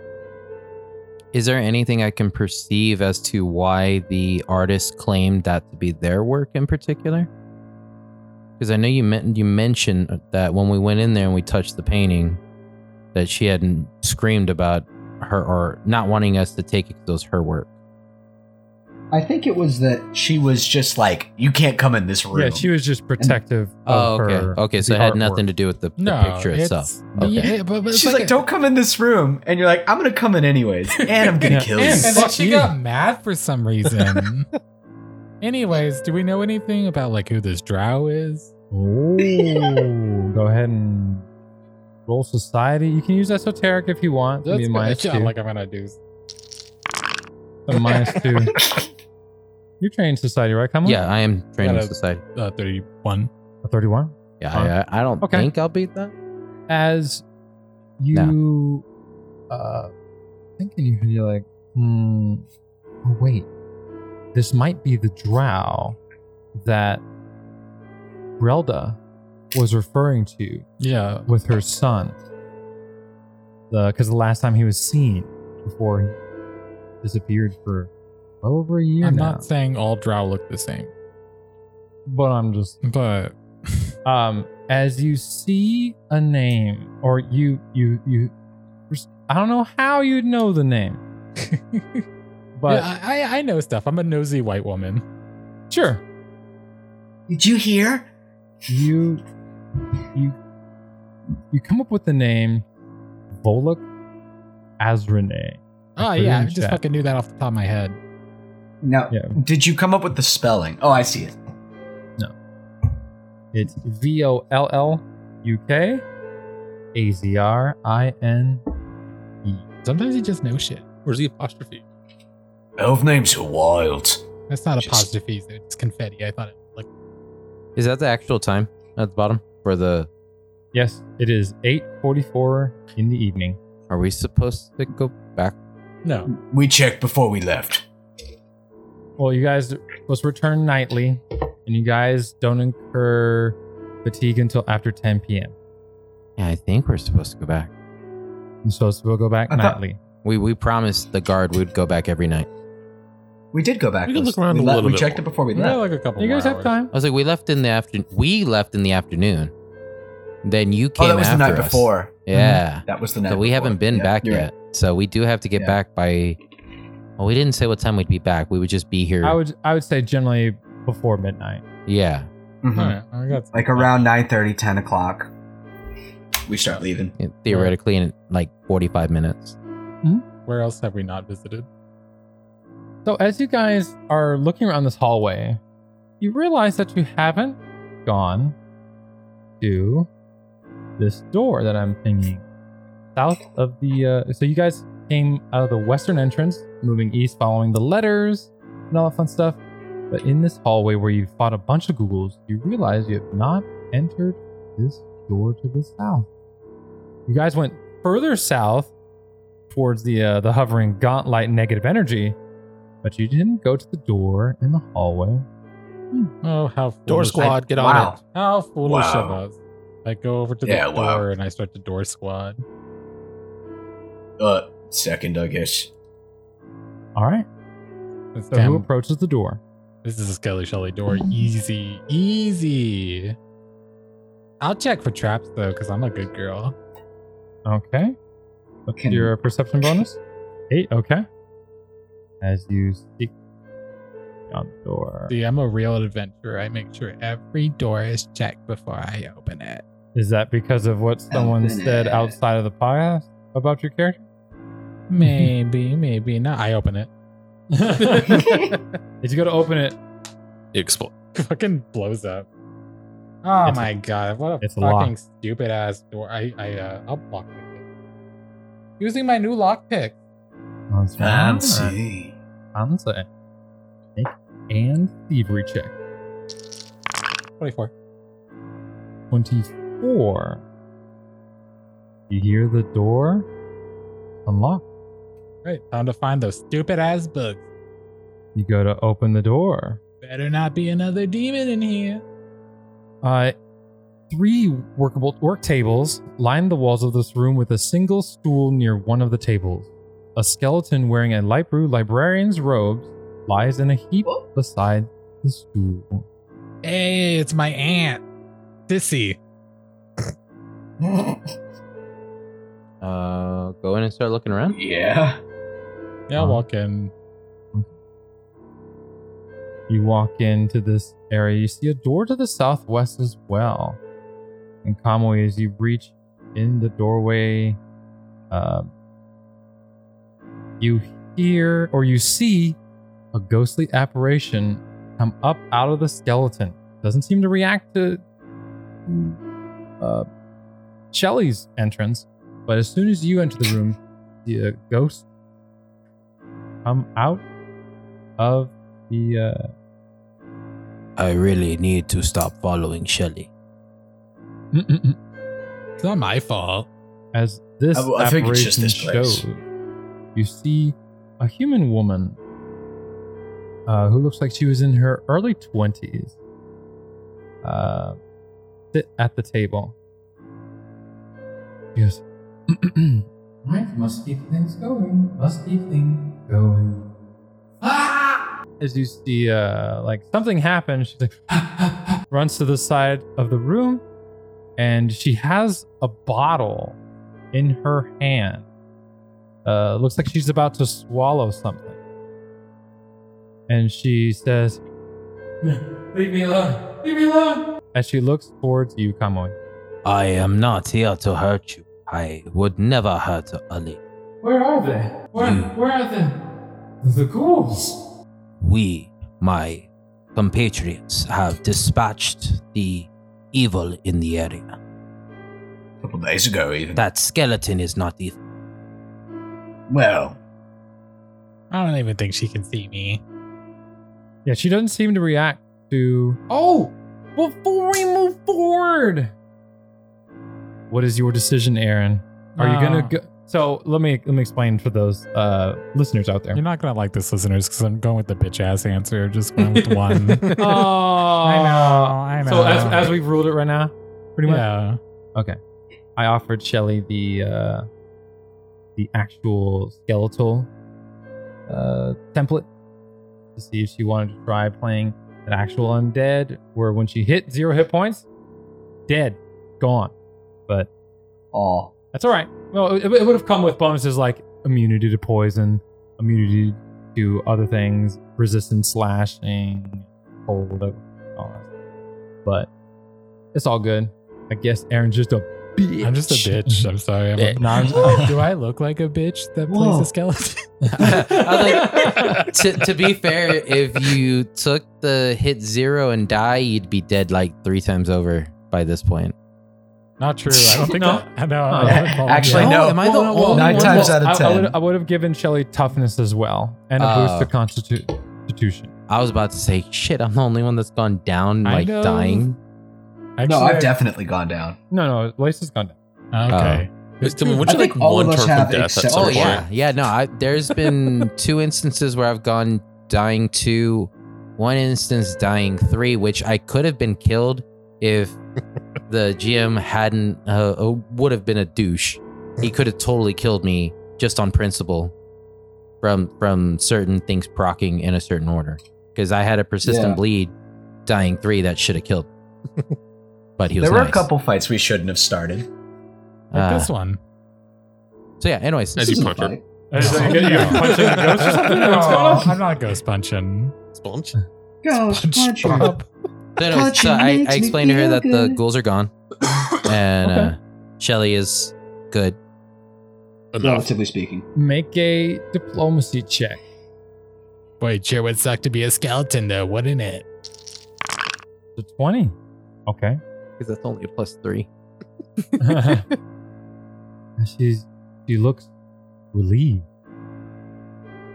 Speaker 5: Is there anything I can perceive as to why the artist claimed that to be their work in particular? Because I know you meant you mentioned that when we went in there and we touched the painting, that she had screamed about her or not wanting us to take it because it was her work.
Speaker 2: I think it was that she was just like, you can't come in this room.
Speaker 4: Yeah, she was just protective.
Speaker 5: Oh,
Speaker 4: of
Speaker 5: okay,
Speaker 4: her-
Speaker 5: okay. So it
Speaker 4: the
Speaker 5: had nothing
Speaker 4: artwork.
Speaker 5: to do with the, the
Speaker 3: No,
Speaker 5: picture
Speaker 3: it's,
Speaker 5: itself.
Speaker 3: but
Speaker 5: Okay.
Speaker 3: yeah, but- but it's
Speaker 2: She's like,
Speaker 3: a-
Speaker 2: don't come in this room, and you're like, I'm gonna come in anyways, and I'm gonna
Speaker 4: Yeah,
Speaker 2: kill
Speaker 3: And,
Speaker 2: you.
Speaker 3: and then
Speaker 4: Fuck
Speaker 3: she
Speaker 4: you.
Speaker 3: got mad for some reason. Anyways, do we know anything about like who this drow is?
Speaker 4: Ooh, go ahead and roll society. You can use esoteric if you want. Give me a minus
Speaker 3: I'm
Speaker 4: two.
Speaker 3: like I'm gonna do.
Speaker 4: A minus two. You're trained society, right, Kamala?
Speaker 5: Yeah, I am trained in
Speaker 3: Gotta-
Speaker 5: society.
Speaker 3: Uh, Thirty-one.
Speaker 4: A 31.
Speaker 5: Yeah,
Speaker 4: Huh?
Speaker 5: I, I don't
Speaker 4: Okay.
Speaker 5: think I'll beat that.
Speaker 4: As you uh think in your head, you're like, hmm, oh, wait. This might be the drow that Relda was referring to
Speaker 3: Yeah.
Speaker 4: with her son. The because the last time he was seen before he disappeared for well over a year
Speaker 3: I'm
Speaker 4: now.
Speaker 3: not saying all drow look the same,
Speaker 4: but I'm just
Speaker 3: but
Speaker 4: um as you see a name or you you you I don't know how you'd know the name. but
Speaker 3: Yeah, I, I- I know stuff. I'm a nosy white woman.
Speaker 4: sure.
Speaker 2: Did you hear?
Speaker 4: you you you come up with the name Volok Azrene.
Speaker 3: Oh
Speaker 4: put it
Speaker 3: yeah,
Speaker 4: in
Speaker 3: I just
Speaker 4: chat.
Speaker 3: fucking knew that off the top of my head.
Speaker 2: No.
Speaker 4: Yeah.
Speaker 2: Did you come up with the spelling? Oh, I see it.
Speaker 4: It's V O L L U K A Z R I N.
Speaker 3: Sometimes you just know shit.
Speaker 6: Where's the apostrophe?
Speaker 2: Elf names are wild.
Speaker 3: That's not
Speaker 2: Just-
Speaker 3: apostrophes. It's confetti. I thought it was like
Speaker 5: Is that the actual time at the bottom for the?
Speaker 4: Yes, it is 8:44 in the evening.
Speaker 5: Are we supposed to go back?
Speaker 3: no.
Speaker 2: We checked before we left.
Speaker 4: Well, you guys let's return nightly, and you guys don't incur fatigue until after 10 p.m.
Speaker 5: Yeah, I think we're supposed to go back.
Speaker 4: And so we'll go back
Speaker 2: I thought-
Speaker 4: nightly.
Speaker 5: We we promised the guard we'd go back every night.
Speaker 2: We did go back.
Speaker 6: We can
Speaker 2: first.
Speaker 6: look around
Speaker 2: we
Speaker 6: a
Speaker 2: le-
Speaker 6: little
Speaker 2: We
Speaker 6: bit
Speaker 2: checked
Speaker 6: more.
Speaker 2: it before we
Speaker 3: We got
Speaker 2: left.
Speaker 3: like a couple.
Speaker 4: you guys
Speaker 3: more
Speaker 4: have
Speaker 3: hours.
Speaker 4: time.
Speaker 5: I was like, we left in the afternoon. We left in the afternoon. Then you came
Speaker 2: oh, that was the
Speaker 5: after
Speaker 2: night
Speaker 5: us.
Speaker 2: before.
Speaker 5: Yeah.
Speaker 2: That was the night.
Speaker 5: So we
Speaker 2: before.
Speaker 5: haven't been
Speaker 2: Yeah,
Speaker 5: back
Speaker 2: you're
Speaker 5: yet. So we do have to get
Speaker 2: Yeah.
Speaker 5: back by. Well, we didn't say what time we'd be back. We would just be here.
Speaker 4: I would I would say generally before midnight.
Speaker 5: yeah.
Speaker 2: right. Mhm.
Speaker 3: All right, I got
Speaker 2: Like around 9.30, 10 o'clock, we start leaving.
Speaker 5: Theoretically, in like 45 minutes.
Speaker 3: Where else have we not visited?
Speaker 4: So as you guys are looking around this hallway, you realize that you haven't gone to this door that I'm pinging south of the. Uh, so you guys came out of the western entrance, moving east, following the letters and all that fun stuff. But in this hallway where you fought a bunch of Googles, you realize you have not entered this door to the south. You guys went further south towards the uh, the hovering gauntlet negative energy. But you didn't go to the door in the hallway.
Speaker 3: Oh, how foolish.
Speaker 6: Door squad, get on
Speaker 2: wow.
Speaker 6: it.
Speaker 3: How foolish of
Speaker 2: Wow.
Speaker 3: us. I go over to the
Speaker 2: Yeah,
Speaker 3: door
Speaker 2: wow.
Speaker 3: and I start the door squad.
Speaker 2: Uh, second, I guess.
Speaker 4: All right.
Speaker 3: This,
Speaker 4: So who
Speaker 3: damn,
Speaker 4: approaches the door?
Speaker 3: this is a Skelly Shelly door. Easy. Easy. I'll check for traps though, because I'm a good girl.
Speaker 4: Okay. What's
Speaker 2: Can-
Speaker 4: your perception bonus? Eight. Okay. As you seek on the door,
Speaker 3: See, I'm a real adventurer. I make sure every door is checked before I open it.
Speaker 4: is that because of what someone
Speaker 2: Open
Speaker 4: said
Speaker 2: it.
Speaker 4: outside of the podcast about your character?
Speaker 3: Maybe, maybe not. I open it.
Speaker 4: Did you go to open it?
Speaker 6: Explode.
Speaker 3: fucking blows up. Oh
Speaker 4: It's a-
Speaker 3: my god, what a
Speaker 4: it's a
Speaker 3: fucking
Speaker 4: lock.
Speaker 3: stupid ass door. I I uh, I'll lock it. Using my new lock pick.
Speaker 2: Fancy.
Speaker 4: Fancy. Make and thievery check.
Speaker 3: 24.
Speaker 4: 24. You hear the door unlock.
Speaker 3: Great. Time to find those stupid ass bugs.
Speaker 4: You go to open the door.
Speaker 3: Better not be another demon in here.
Speaker 4: Uh, three workable work tables line the walls of this room with a single stool near one of the tables. A skeleton wearing a light blue librarian's robes lies in a heap beside the stool.
Speaker 3: Hey, it's my aunt. Sissy.
Speaker 5: Uh, go in and start looking around.
Speaker 2: yeah.
Speaker 3: Yeah, I'll
Speaker 4: Huh?
Speaker 3: walk in.
Speaker 4: You walk into this area, you see a door to the southwest as well. And Kamui, as you reach in the doorway, um, you hear or you see a ghostly apparition come up out of the skeleton. Doesn't seem to react to uh, Shelly's entrance, but as soon as you enter the room, the uh, ghost come out of the uh,
Speaker 5: I really need to stop following Shelly.
Speaker 4: Mm-mm-mm.
Speaker 3: It's not my fault.
Speaker 4: as this
Speaker 2: I- I think it's just
Speaker 4: apparition
Speaker 2: this place.
Speaker 4: shows, you see a human woman uh, who looks like she was in her early 20s, uh, sit at the table. She goes,
Speaker 7: Right, must keep things going. Must keep things going.
Speaker 4: as you see, uh, like something happened, she's like, runs to the side of the room, and she has a bottle in her hand. Uh, looks like she's about to swallow something. And she says,
Speaker 7: Leave me alone. Leave me alone.
Speaker 4: as she looks towards you, Kamui.
Speaker 5: I am not here to hurt you. I would never hurt Ali.
Speaker 7: Where are they? Where
Speaker 8: Hmm.
Speaker 7: where are the the ghouls?
Speaker 5: We, my compatriots, have dispatched the evil in the area.
Speaker 2: A couple days ago, even.
Speaker 5: That skeleton is not evil.
Speaker 2: well,
Speaker 3: I don't even think she can see me.
Speaker 4: Yeah, she doesn't seem to react to.
Speaker 7: Oh,
Speaker 4: Before we move forward, what is your decision, Aaron? Are you gonna
Speaker 7: Uh.
Speaker 3: No.
Speaker 4: go? So let me let me explain for those uh, listeners out there.
Speaker 3: You're not gonna like this, listeners, because I'm going with the bitch ass answer. Just going with one.
Speaker 4: Oh,
Speaker 3: I know, I
Speaker 4: So
Speaker 3: know.
Speaker 4: as as we've ruled it right now, pretty much.
Speaker 3: yeah.
Speaker 4: I offered Shelly the uh, the actual skeletal uh, template to see if she wanted to try playing an actual undead, where when she hit zero hit points, dead, gone. But
Speaker 2: all
Speaker 4: that's all right. Well, it, it would have come with bonuses like immunity to poison, immunity to other things, resistance slashing, cold, all that. stuff. But it's all good. I guess Aaron's just a bitch.
Speaker 3: I'm just a bitch. I'm sorry. I'm a-
Speaker 5: Bitch.
Speaker 3: No, I'm- oh, do I look like a bitch that plays
Speaker 2: Whoa.
Speaker 3: a skeleton?
Speaker 5: I was like, to, to be fair, if you took the hit zero and die, you'd be dead like three times over by this point.
Speaker 3: Not true. I don't think.
Speaker 4: No.
Speaker 3: that- I know. I
Speaker 4: Huh.
Speaker 3: haven't fallen
Speaker 2: Actually,
Speaker 3: yet.
Speaker 2: no.
Speaker 5: Am I the
Speaker 4: Well, well,
Speaker 5: only
Speaker 2: Nine
Speaker 5: one?
Speaker 2: times
Speaker 4: Well,
Speaker 2: out of
Speaker 4: I- I,
Speaker 2: ten.
Speaker 4: would, I would have given Shelly toughness as well and a boost
Speaker 5: Oh.
Speaker 4: to constitu- constitution.
Speaker 5: I was about to say, shit, I'm the only one that's gone down,
Speaker 3: I
Speaker 5: like
Speaker 3: know.
Speaker 5: dying.
Speaker 3: Actually,
Speaker 2: no,
Speaker 3: I-
Speaker 2: I've definitely gone down.
Speaker 4: No, no, Lace has gone down.
Speaker 3: Okay.
Speaker 4: Uh.
Speaker 6: Just tell me, weren't
Speaker 2: I
Speaker 6: you like
Speaker 2: think all
Speaker 6: one
Speaker 2: of us
Speaker 6: turn
Speaker 2: have
Speaker 6: from death at
Speaker 2: except-
Speaker 6: some
Speaker 5: Oh
Speaker 2: Sorry.
Speaker 6: point?
Speaker 5: yeah, yeah. No, I, there's been two instances where I've gone dying two, one instance dying three, which I could have been killed if the GM hadn't uh, uh, would have been a douche. He could have totally killed me just on principle from from certain things proccing in a certain order because I had a persistent
Speaker 2: Yeah.
Speaker 5: bleed, dying three that should have killed. me. but he was
Speaker 2: There were
Speaker 5: nice.
Speaker 2: a couple fights we shouldn't have started.
Speaker 3: Like
Speaker 5: Uh,
Speaker 3: this one.
Speaker 5: So yeah. Anyways,
Speaker 6: As
Speaker 2: This is
Speaker 6: you
Speaker 2: a
Speaker 6: punch her.
Speaker 2: fight.
Speaker 3: Is that-
Speaker 4: No.
Speaker 3: you're punching a ghost or something? What's going on?
Speaker 2: No.
Speaker 3: I'm not ghost punching.
Speaker 6: Sponge.
Speaker 2: Go, punch her.
Speaker 5: So, anyways, so
Speaker 2: Punching
Speaker 5: I,
Speaker 2: makes
Speaker 5: I
Speaker 2: me
Speaker 5: explained to her
Speaker 2: feel
Speaker 5: that the
Speaker 2: good.
Speaker 5: ghouls are gone, and uh, Shelly is good.
Speaker 6: Enough.
Speaker 2: Relatively speaking.
Speaker 4: Make a diplomacy check.
Speaker 3: Wait, sure would suck to be a skeleton though, wouldn't it?
Speaker 4: The 20. Okay.
Speaker 5: Because that's only a plus three.
Speaker 4: She's, she looks relieved.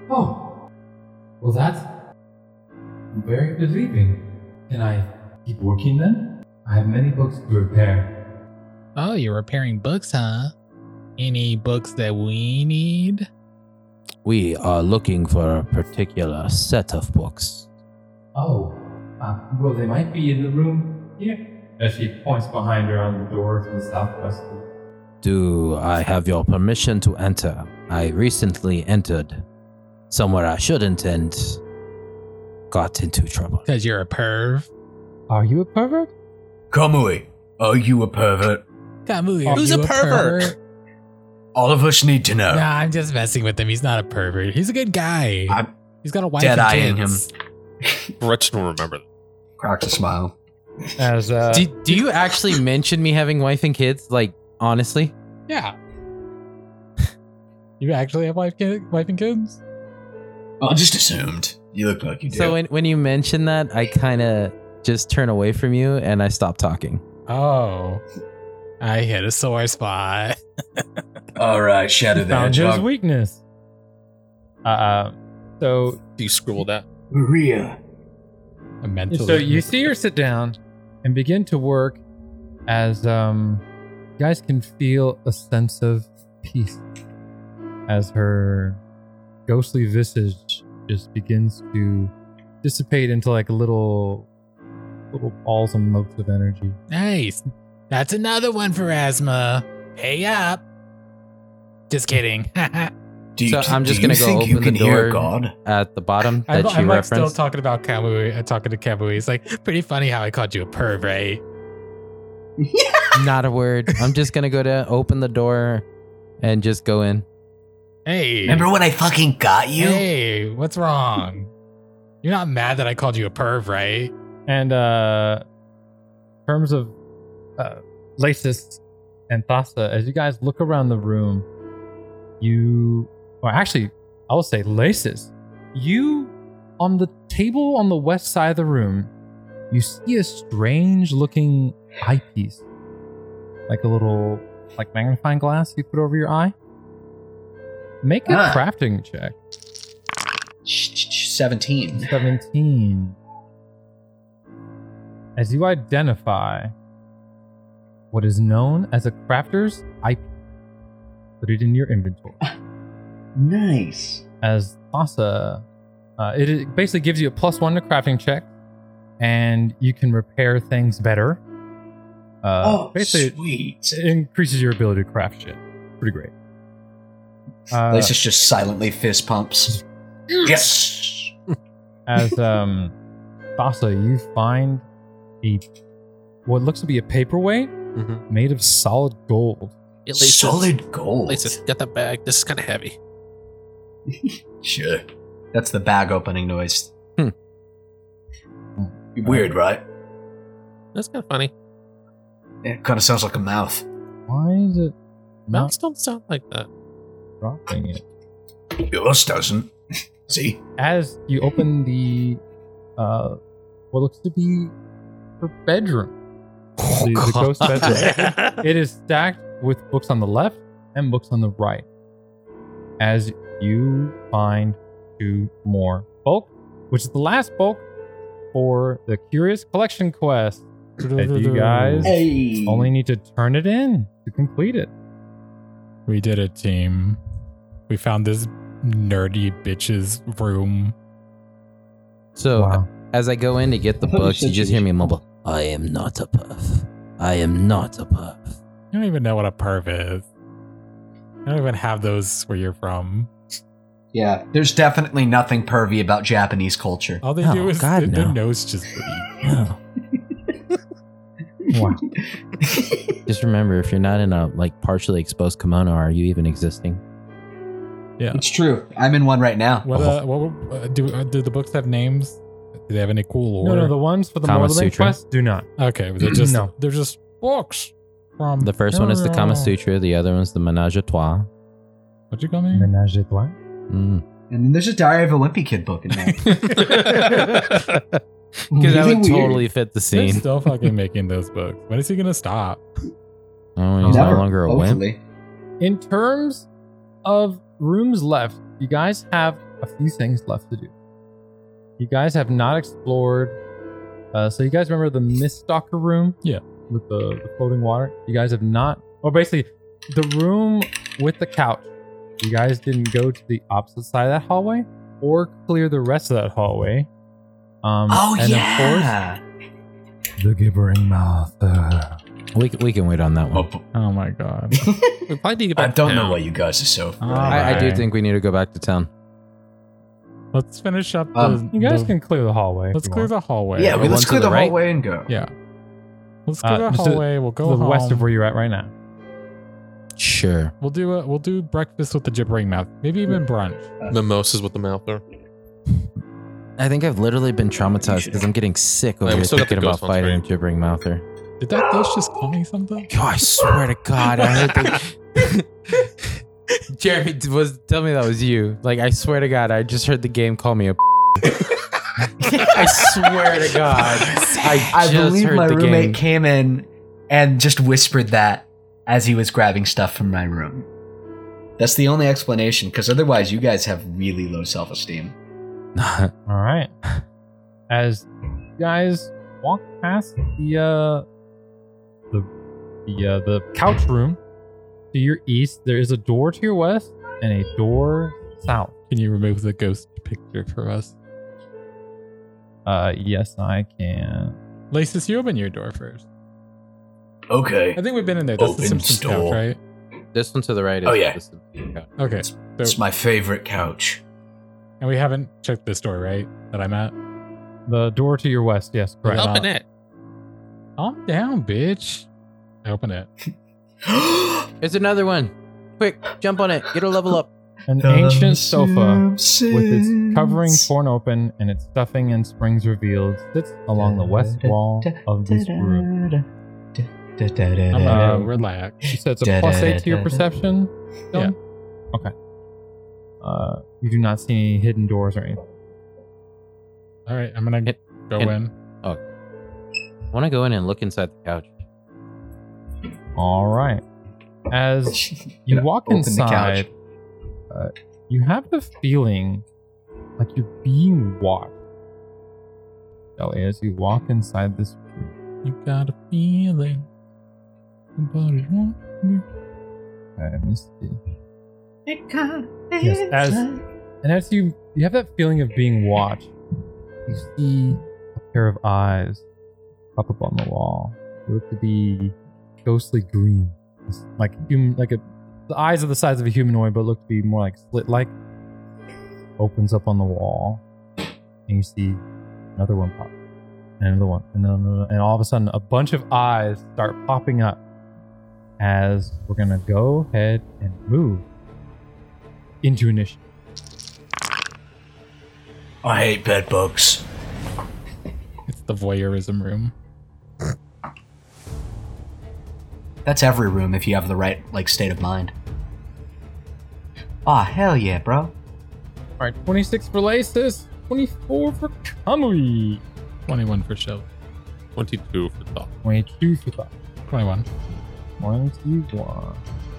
Speaker 7: Oh, well that. I'm very relieving. Can I keep working then? I have many books to repair.
Speaker 3: Oh, you're repairing books, huh? Any books that we need?
Speaker 5: We are looking for a particular set of books.
Speaker 7: Oh, uh, well they might be in the room here.
Speaker 4: As she points behind her on the door to the southwest.
Speaker 5: Do I have your permission to enter? I recently entered somewhere I shouldn't and got into trouble.
Speaker 3: Because you're a perv.
Speaker 4: Are you a pervert?
Speaker 8: Kamui, are you a pervert?
Speaker 3: Kamui,
Speaker 6: Who's a pervert?
Speaker 8: All of us need to
Speaker 2: Uh,
Speaker 8: know.
Speaker 3: Nah, I'm just messing with him. He's not a pervert. He's a good guy.
Speaker 8: I'm
Speaker 3: He's got a wife
Speaker 8: dead-eyeing
Speaker 3: and
Speaker 8: him.
Speaker 3: kids.
Speaker 6: Gretchen will remember that.
Speaker 2: Crocs a smile.
Speaker 4: As uh,
Speaker 5: do, do you actually mention me having wife and kids? Like, honestly?
Speaker 3: Yeah. you actually have wife, kid, wife and kids?
Speaker 8: I just assumed. You look like you do.
Speaker 5: So when, when you mention that, I kind of just turn away from you and I stop talking.
Speaker 3: Oh. I hit a sore spot.
Speaker 8: All right, Shadow the
Speaker 4: found his
Speaker 8: Hedgehog.
Speaker 4: weakness. Uh, so
Speaker 6: You scribbled that.
Speaker 8: Maria.
Speaker 3: A mental.
Speaker 4: So you see her sit down and begin to work as um, you guys can feel a sense of peace as her ghostly visage just begins to dissipate into like little little balls and motes of energy.
Speaker 3: Nice. That's another one for asthma. Pay up. Just kidding.
Speaker 8: Do
Speaker 5: So I'm
Speaker 8: do
Speaker 5: just
Speaker 8: you
Speaker 5: gonna go
Speaker 8: think you
Speaker 5: open the
Speaker 8: can
Speaker 5: door.
Speaker 8: hear God?
Speaker 5: at the bottom
Speaker 3: I'm,
Speaker 5: that you
Speaker 3: I'm like still
Speaker 5: referenced.
Speaker 3: talking about Kamui, uh, talking to Kamui. It's like pretty funny how I called you a perv, right?
Speaker 5: Not a word. I'm just gonna go to open the door and just go in.
Speaker 3: Hey,
Speaker 8: Remember when I fucking got you?
Speaker 3: hey, what's wrong? You're not mad that I called you a perv, right?
Speaker 4: And uh in terms of uh Lasis and Thassa, as you guys look around the room, you or actually I'll say Lasis, you on the table on the west side of the room, you see a strange looking eyepiece. Like a little like magnifying glass you put over your eye. Make a
Speaker 2: Ah.
Speaker 4: crafting check.
Speaker 2: Sh- sh- sh- 17.
Speaker 4: 17. As you identify what is known as a crafter's IP, put it in your inventory.
Speaker 2: Nice.
Speaker 4: As Thassa, uh, it is- basically gives you a plus one to crafting check, and you can repair things better. Uh,
Speaker 8: oh,
Speaker 4: basically, it-
Speaker 8: sweet.
Speaker 4: it increases your ability to craft shit. Pretty great. Uh,
Speaker 8: Lysis just silently fist pumps. Yes.
Speaker 4: as um Thassa, you find a what looks to be a paperweight
Speaker 6: Mhm.
Speaker 4: made of solid gold.
Speaker 6: At least
Speaker 8: Solid gold.
Speaker 6: Laces, get that bag. This is kind of heavy.
Speaker 8: Sure. That's the bag opening noise.
Speaker 5: Hmm.
Speaker 8: Weird, right?
Speaker 6: That's kind of funny.
Speaker 8: It kind of sounds like a mouth.
Speaker 4: Why is it not
Speaker 6: Mouths don't sound like that.
Speaker 4: dropping it?
Speaker 8: Yours doesn't. See?
Speaker 4: As you open the uh what looks to be her bedroom.
Speaker 5: Oh,
Speaker 4: The, the ghost bedroom. it is stacked with books on the left and books on the right. As you find two more bulk, which is the last bulk for the Curious Collection quest. That you guys
Speaker 5: Mm.
Speaker 2: Hey.
Speaker 4: Only need to turn it in to complete it.
Speaker 3: We did it, team. We found this nerdy bitch's room.
Speaker 5: So uh, as I go in to get the
Speaker 2: I thought you
Speaker 5: books, you
Speaker 2: said
Speaker 5: just
Speaker 2: you-
Speaker 5: hear me mumble, "I am not a puff. I am not a puff."
Speaker 3: You don't even know what a perv is. I don't even have those where you're from.
Speaker 2: Yeah.
Speaker 8: There's definitely nothing pervy about Japanese culture.
Speaker 3: All they
Speaker 5: Oh,
Speaker 3: do is
Speaker 5: God,
Speaker 3: th- their
Speaker 5: no.
Speaker 3: nose just bleed.
Speaker 5: No.
Speaker 4: Wow.
Speaker 5: Just remember, if you're not in a like partially exposed kimono, are you even existing?
Speaker 2: It's true.
Speaker 8: I'm in one right now.
Speaker 3: What,
Speaker 5: Oh.
Speaker 3: uh, what were- uh, do, uh, do the books have names? Do they have any cool
Speaker 4: No,
Speaker 3: lore?
Speaker 4: no, the ones for the
Speaker 5: Kama
Speaker 4: Mortal
Speaker 5: Sutra?
Speaker 4: quest do not.
Speaker 3: okay, they're just
Speaker 4: No.
Speaker 3: they're just books from
Speaker 5: The first one is the Kama
Speaker 3: No.
Speaker 5: Sutra. The other one's the Menage a Trois.
Speaker 3: What'd you call me?
Speaker 4: Menage a trois.
Speaker 5: Mm.
Speaker 2: And then there's a Diary of a Wimpy Kid book in there.
Speaker 5: Because that
Speaker 2: Really
Speaker 5: would
Speaker 2: weird.
Speaker 5: totally fit the
Speaker 3: They're
Speaker 5: scene.
Speaker 3: still fucking making those books. When is he gonna stop?
Speaker 5: Oh, he's
Speaker 2: Never,
Speaker 5: no longer a wimp.
Speaker 2: hopefully.
Speaker 4: In terms of rooms left, you guys have a few things left to do. You guys have not explored. Uh, so you guys remember the Mist Stalker room?
Speaker 3: Yeah.
Speaker 4: With the, the floating water. You guys have not, or basically, the room with the couch. You guys didn't go to the opposite side of that hallway or clear the rest of that hallway. Um,
Speaker 8: Oh,
Speaker 4: and
Speaker 8: yeah.
Speaker 7: The gibbering mouth. uh,
Speaker 5: We, c- we can wait on that one.
Speaker 8: Well,
Speaker 3: Oh my god.
Speaker 6: We probably need to get
Speaker 8: I
Speaker 6: back
Speaker 8: don't know
Speaker 6: down.
Speaker 8: why you guys are so.
Speaker 5: I, I do
Speaker 3: Alright.
Speaker 5: think we need to go back to town.
Speaker 3: Let's finish up. The,
Speaker 8: Um,
Speaker 4: You guys
Speaker 3: the-
Speaker 4: can clear the hallway. if
Speaker 3: Let's
Speaker 4: you
Speaker 3: clear
Speaker 4: want.
Speaker 3: the hallway.
Speaker 8: yeah, we,
Speaker 5: one
Speaker 8: let's
Speaker 5: to
Speaker 8: clear
Speaker 5: the
Speaker 8: the
Speaker 5: right?
Speaker 8: hallway and go.
Speaker 3: Yeah. Let's clear
Speaker 4: Uh,
Speaker 3: the
Speaker 4: just to-
Speaker 3: hallway. we'll go
Speaker 4: to the west of
Speaker 3: home.
Speaker 4: where you're at right now.
Speaker 5: Sure.
Speaker 3: We'll do a, we'll do breakfast with the gibbering mouth. Maybe even brunch.
Speaker 6: Mimosas with the mouth there.
Speaker 5: I think I've literally been traumatized because I'm getting sick over
Speaker 6: Yeah, we
Speaker 5: here
Speaker 6: still got the
Speaker 5: thinking about
Speaker 6: ghost ones,
Speaker 5: fighting
Speaker 6: right?
Speaker 5: gibbering mouther.
Speaker 3: Did that ghost just call me something?
Speaker 5: God, I swear to God, I heard the. Jeremy, d- was tell me that was you. Like, I swear to God, I just heard the game call me a. I swear to God, I,
Speaker 8: I
Speaker 5: just
Speaker 8: believe
Speaker 5: heard
Speaker 8: my
Speaker 5: the
Speaker 8: roommate
Speaker 5: game.
Speaker 8: came in and just whispered that as he was grabbing stuff from my room. That's the only explanation, because otherwise, you guys have really low self esteem.
Speaker 4: All right. As you guys walk past the uh the the uh, the couch room to your east, there is a door to your west and a door south.
Speaker 3: Can you remove the ghost picture for us?
Speaker 4: Uh, yes, I can.
Speaker 3: Laces, you open your door first.
Speaker 2: Okay.
Speaker 3: I think we've been in there. That's
Speaker 2: Open
Speaker 3: the Simpsons couch,
Speaker 2: store.
Speaker 3: right?
Speaker 5: This one to the right is
Speaker 2: Oh, yeah.
Speaker 5: this is the couch.
Speaker 3: Okay.
Speaker 2: It's my favorite couch.
Speaker 3: And we haven't checked this door, right? That I'm at.
Speaker 4: The door to your west. Yes, correct.
Speaker 3: Open
Speaker 6: it.
Speaker 3: Calm down, bitch. I open it.
Speaker 5: There's another one. Quick, jump on it. Get a level up.
Speaker 4: An ancient sofa with its covering torn open and its stuffing and springs revealed sits along the west wall of this room.
Speaker 3: I'm
Speaker 4: Uh,
Speaker 3: gonna relax.
Speaker 4: She says a plus eight to your perception. Dylan? Okay. Uh, you do not see any hidden doors or anything.
Speaker 3: All right, I'm gonna
Speaker 5: It-
Speaker 3: go
Speaker 5: it-
Speaker 3: in.
Speaker 5: I want to go in and look inside the couch.
Speaker 4: All right. As you walk
Speaker 2: Open the couch.
Speaker 4: inside, uh, you have the feeling like you're being watched. Ellie, as you walk inside this room,
Speaker 3: You got a feeling. Somebody's watching me.
Speaker 4: Okay, let me see. Yes, as and as you you have that feeling of being watched, you see a pair of eyes pop up on the wall. They look to be ghostly green, It's like human, like a the eyes are the size of a humanoid, but look to be more like slit like. Opens up on the wall, and you see another one pop, and another one, and another, and all of a sudden, a bunch of eyes start popping up. As we're gonna go ahead and move into initiative.
Speaker 2: I hate bed bugs.
Speaker 3: It's the voyeurism room.
Speaker 9: That's every room if you have the right like state of mind. Ah, hell yeah, bro.
Speaker 4: All right, 26 for Lasis, 24 for Kamui,
Speaker 3: 21 for show.
Speaker 6: 22 for top.
Speaker 4: 22 for Thought,
Speaker 3: 21.
Speaker 4: 21.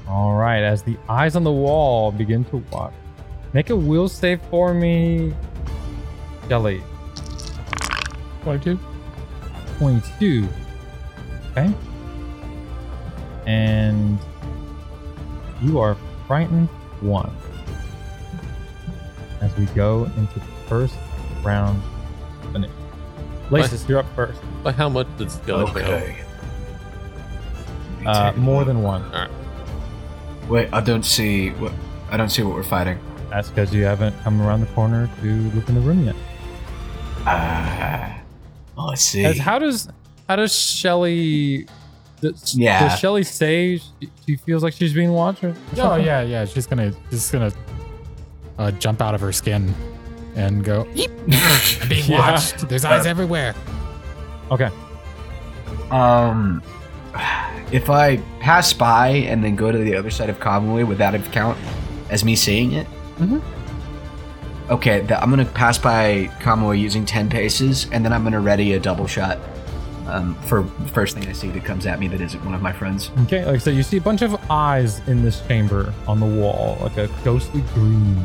Speaker 4: All right, as the eyes on the wall begin to walk, make a will save for me, Jelly.
Speaker 3: 22.
Speaker 4: 22. Okay. And you are frightened one. As we go into the first round of initiative. Lasis, you're up first.
Speaker 6: By how much did Skelly go?
Speaker 2: Okay.
Speaker 4: Uh, more than one.
Speaker 2: Wait, I don't see what I don't see what we're fighting.
Speaker 4: That's because you haven't come around the corner to look in the room yet.
Speaker 2: Ah, oh, I see.
Speaker 4: As how does how does Shelly? Does,
Speaker 2: Yeah.
Speaker 4: does Shelly say she, she feels like she's being watched? or- or
Speaker 3: Oh,
Speaker 4: something?
Speaker 3: yeah, yeah. She's gonna, she's gonna uh, jump out of her skin and go, Eep. I'm being
Speaker 4: Yeah.
Speaker 3: watched. There's eyes everywhere.
Speaker 4: Okay.
Speaker 2: Um, if I pass by and then go to the other side of Conway, would that count as me seeing it?
Speaker 4: Mhm.
Speaker 2: Okay, th- I'm gonna pass by Kamui using ten paces, and then I'm gonna ready a double shot um, for the first thing I see that comes at me that isn't one of my friends.
Speaker 4: Okay. Like I said, you see a bunch of eyes in this chamber on the wall, like a ghostly green.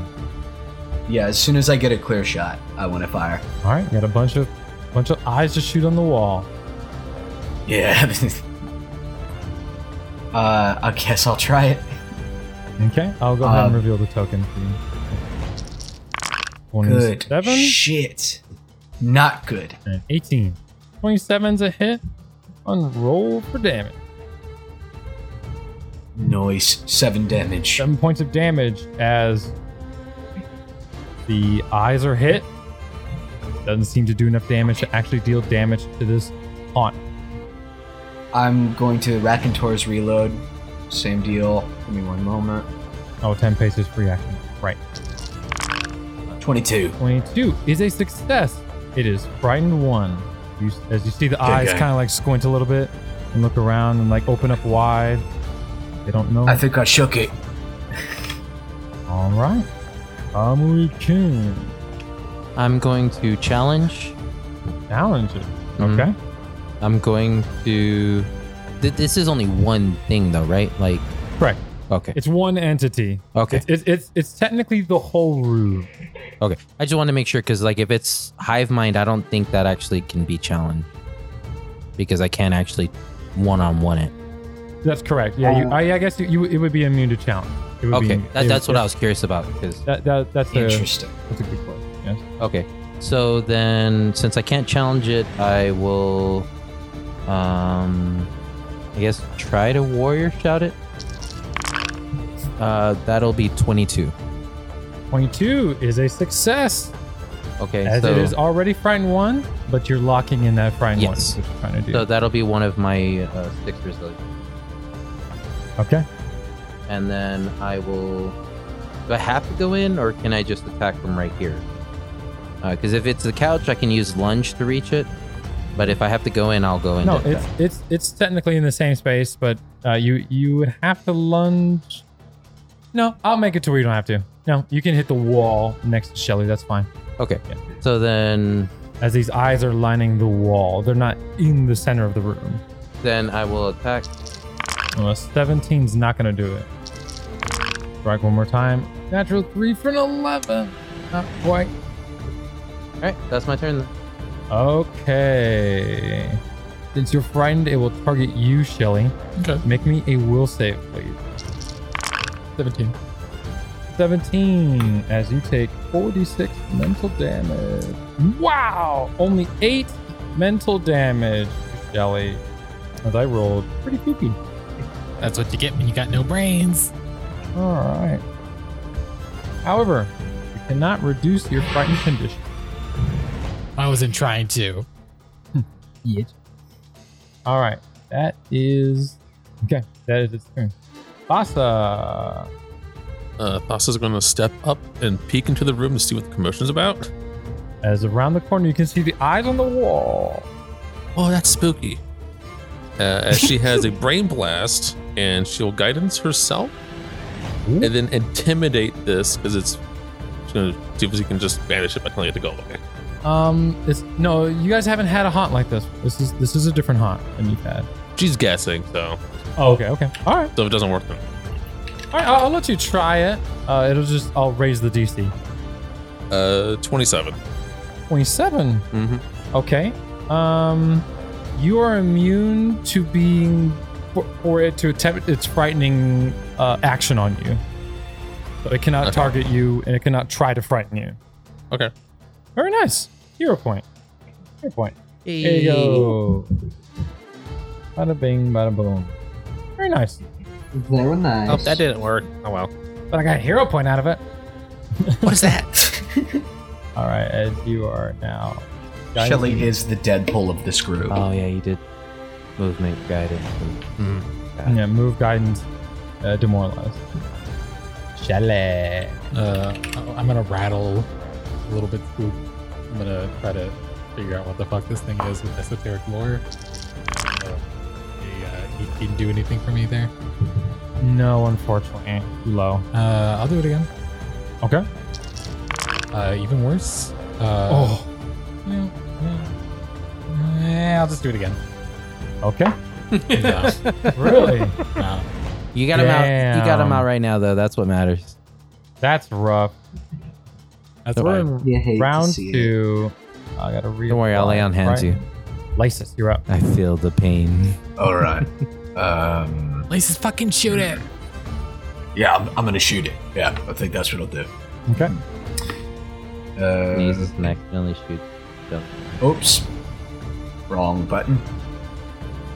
Speaker 2: Yeah, as soon as I get a clear shot, I want to fire.
Speaker 4: All right, you got a bunch of bunch of eyes to shoot on the wall.
Speaker 2: Yeah. uh, I guess I'll try it.
Speaker 4: Okay, I'll go ahead and
Speaker 2: Um,
Speaker 4: reveal the token for you.
Speaker 2: Good.
Speaker 4: Twenty-seven
Speaker 2: Shit. Not good.
Speaker 4: and eighteen. Twenty-seven's a hit. Unroll for damage.
Speaker 2: Noise. Seven damage.
Speaker 4: seven points of damage as the eyes are hit. Doesn't seem to do enough damage to actually deal damage to this haunt.
Speaker 2: I'm going to Rakantor's reload. Same deal. Give me one moment.
Speaker 4: Oh, 10 paces free action. Right.
Speaker 2: 22.
Speaker 4: 22 is a success. It is frightened one. You, as you see the eyes
Speaker 2: guy.
Speaker 4: kind of like squint a little bit and look around and like open up wide. They don't know.
Speaker 2: I think I shook it.
Speaker 4: All right. Amuri Kun
Speaker 5: I'm going to challenge.
Speaker 4: challenge it.
Speaker 5: Mhm.
Speaker 2: Mm-hmm.
Speaker 4: Okay.
Speaker 5: I'm going to. Th- this is only one thing, though, right? Like,
Speaker 4: Correct.
Speaker 5: okay,
Speaker 4: It's one entity.
Speaker 5: okay,
Speaker 4: It's, it's, it's, it's technically the whole room.
Speaker 5: okay. I just want to make sure because, like, if it's hive mind, I don't think that actually can be challenged because I can't actually one-on-one it.
Speaker 4: That's correct. Yeah, you, I, I guess you, you, it would be immune to challenge. It would be
Speaker 5: Okay,
Speaker 4: immune- it
Speaker 5: that,
Speaker 4: would-
Speaker 5: that's what
Speaker 4: yeah.
Speaker 5: I was curious about. Because
Speaker 4: That, that, that's, a,
Speaker 2: Interesting.
Speaker 4: that's a good question. Yes.
Speaker 5: okay, So then, since I can't challenge it, I will, um, I guess try to warrior shout it. Uh, that'll be 22.
Speaker 4: 22 is a success.
Speaker 5: Okay,
Speaker 4: As
Speaker 5: so,
Speaker 4: it is already frightened one, but you're locking in that frightened
Speaker 5: Yes.
Speaker 4: one, is what you're trying to do.
Speaker 5: so that'll be one of my uh, six resilience.
Speaker 4: okay.
Speaker 5: and then I will. Do I have to go in, or can I just attack from right here? Because if it's the couch, I can use lunge to reach it. But if I have to go in, I'll go in.
Speaker 4: No,
Speaker 5: to
Speaker 4: it's
Speaker 5: attack.
Speaker 4: it's it's technically in the same space, but uh, you you would have to lunge. No, I'll make it to where you don't have to. No, you can hit the wall next to Shelly. That's fine.
Speaker 5: okay.
Speaker 4: yeah.
Speaker 5: So then,
Speaker 4: As these eyes are lining the wall, they're not in the center of the room.
Speaker 5: then I will attack.
Speaker 4: Unless 17's not gonna do it. Strike one more time. Natural three for an 11. Not quite.
Speaker 5: All right, that's my turn.
Speaker 4: Okay. Since you're frightened, it will target you, Shelly.
Speaker 3: Okay.
Speaker 4: Make me a will save, please.
Speaker 3: 17.
Speaker 4: 17 as you take 46 mental damage. Wow! Only 8 mental damage, Shelly. As I rolled pretty poopy.
Speaker 3: That's what you get when you got no brains.
Speaker 4: Alright. However, you cannot reduce your frightened condition.
Speaker 3: I wasn't trying to.
Speaker 4: Alright. That is. Okay, that is its turn. Basa!
Speaker 6: Uh, Thassa's going to step up and peek into the room to see what the commotion's about.
Speaker 4: As around the corner, you can see the eyes on the wall.
Speaker 6: Oh, that's spooky. Uh, as she has a brain blast, and she'll guidance herself,
Speaker 4: Ooh.
Speaker 6: and then intimidate this because it's. She's gonna see if she can just banish it by telling it to go away.
Speaker 4: Um, it's no, you guys haven't had a haunt like this. This is this is a different haunt than you've had.
Speaker 6: She's guessing, so
Speaker 4: Oh, okay, okay. All right,
Speaker 6: so if it doesn't work, then
Speaker 4: all right. I'll, I'll let you try it. Uh, it'll just I'll raise the DC.
Speaker 6: uh, twenty-seven.
Speaker 4: Twenty-seven.
Speaker 6: Mm-hmm.
Speaker 4: Okay. Um, you are immune to being for, for it to attempt its frightening uh, action on you. So it cannot
Speaker 6: Okay.
Speaker 4: target you, and it cannot try to frighten you.
Speaker 6: Okay.
Speaker 4: Very nice. Hero point. Hero point. There you go. Bada bing, bada boom. Very nice.
Speaker 2: Very nice.
Speaker 6: Oh, that didn't work. Oh well.
Speaker 4: But I got a hero point out of it.
Speaker 8: What is that?
Speaker 4: All right, as you are now.
Speaker 8: Shelly is the Deadpool of this group.
Speaker 4: uh,
Speaker 5: Oh yeah, you did movement guidance.
Speaker 4: Yeah, move guidance, uh, demoralized. Shelly.
Speaker 3: Uh, I- I'm gonna rattle a little bit. Spook. I'm gonna try to figure out what the fuck this thing is with esoteric lore. Uh, he, uh, he didn't do anything for me there.
Speaker 4: No, unfortunately. Low.
Speaker 3: Uh, I'll do it again.
Speaker 4: Okay.
Speaker 3: Uh, even worse. Uh,
Speaker 4: Oh.
Speaker 3: Yeah, yeah. Eh, I'll just do it again.
Speaker 4: Okay.
Speaker 3: No,
Speaker 4: Really?
Speaker 3: no.
Speaker 5: You got him out. You got him
Speaker 4: Damn.
Speaker 5: out right now, though. That's what matters.
Speaker 4: That's rough.
Speaker 3: That's
Speaker 4: So we're
Speaker 3: why.
Speaker 4: in
Speaker 2: You hate to
Speaker 4: round
Speaker 2: see it.
Speaker 4: two. I gotta read.
Speaker 5: Don't worry, I'll lay on hands you.
Speaker 4: Lysis, you're up.
Speaker 5: I feel the pain.
Speaker 8: All right. Um,
Speaker 3: Laces, fucking shoot it.
Speaker 8: yeah, I'm, I'm gonna shoot it. Yeah, I think that's what I'll do.
Speaker 4: Okay.
Speaker 8: Uh,
Speaker 5: Jesus, and accidentally shoot. Don't.
Speaker 8: oops, wrong button.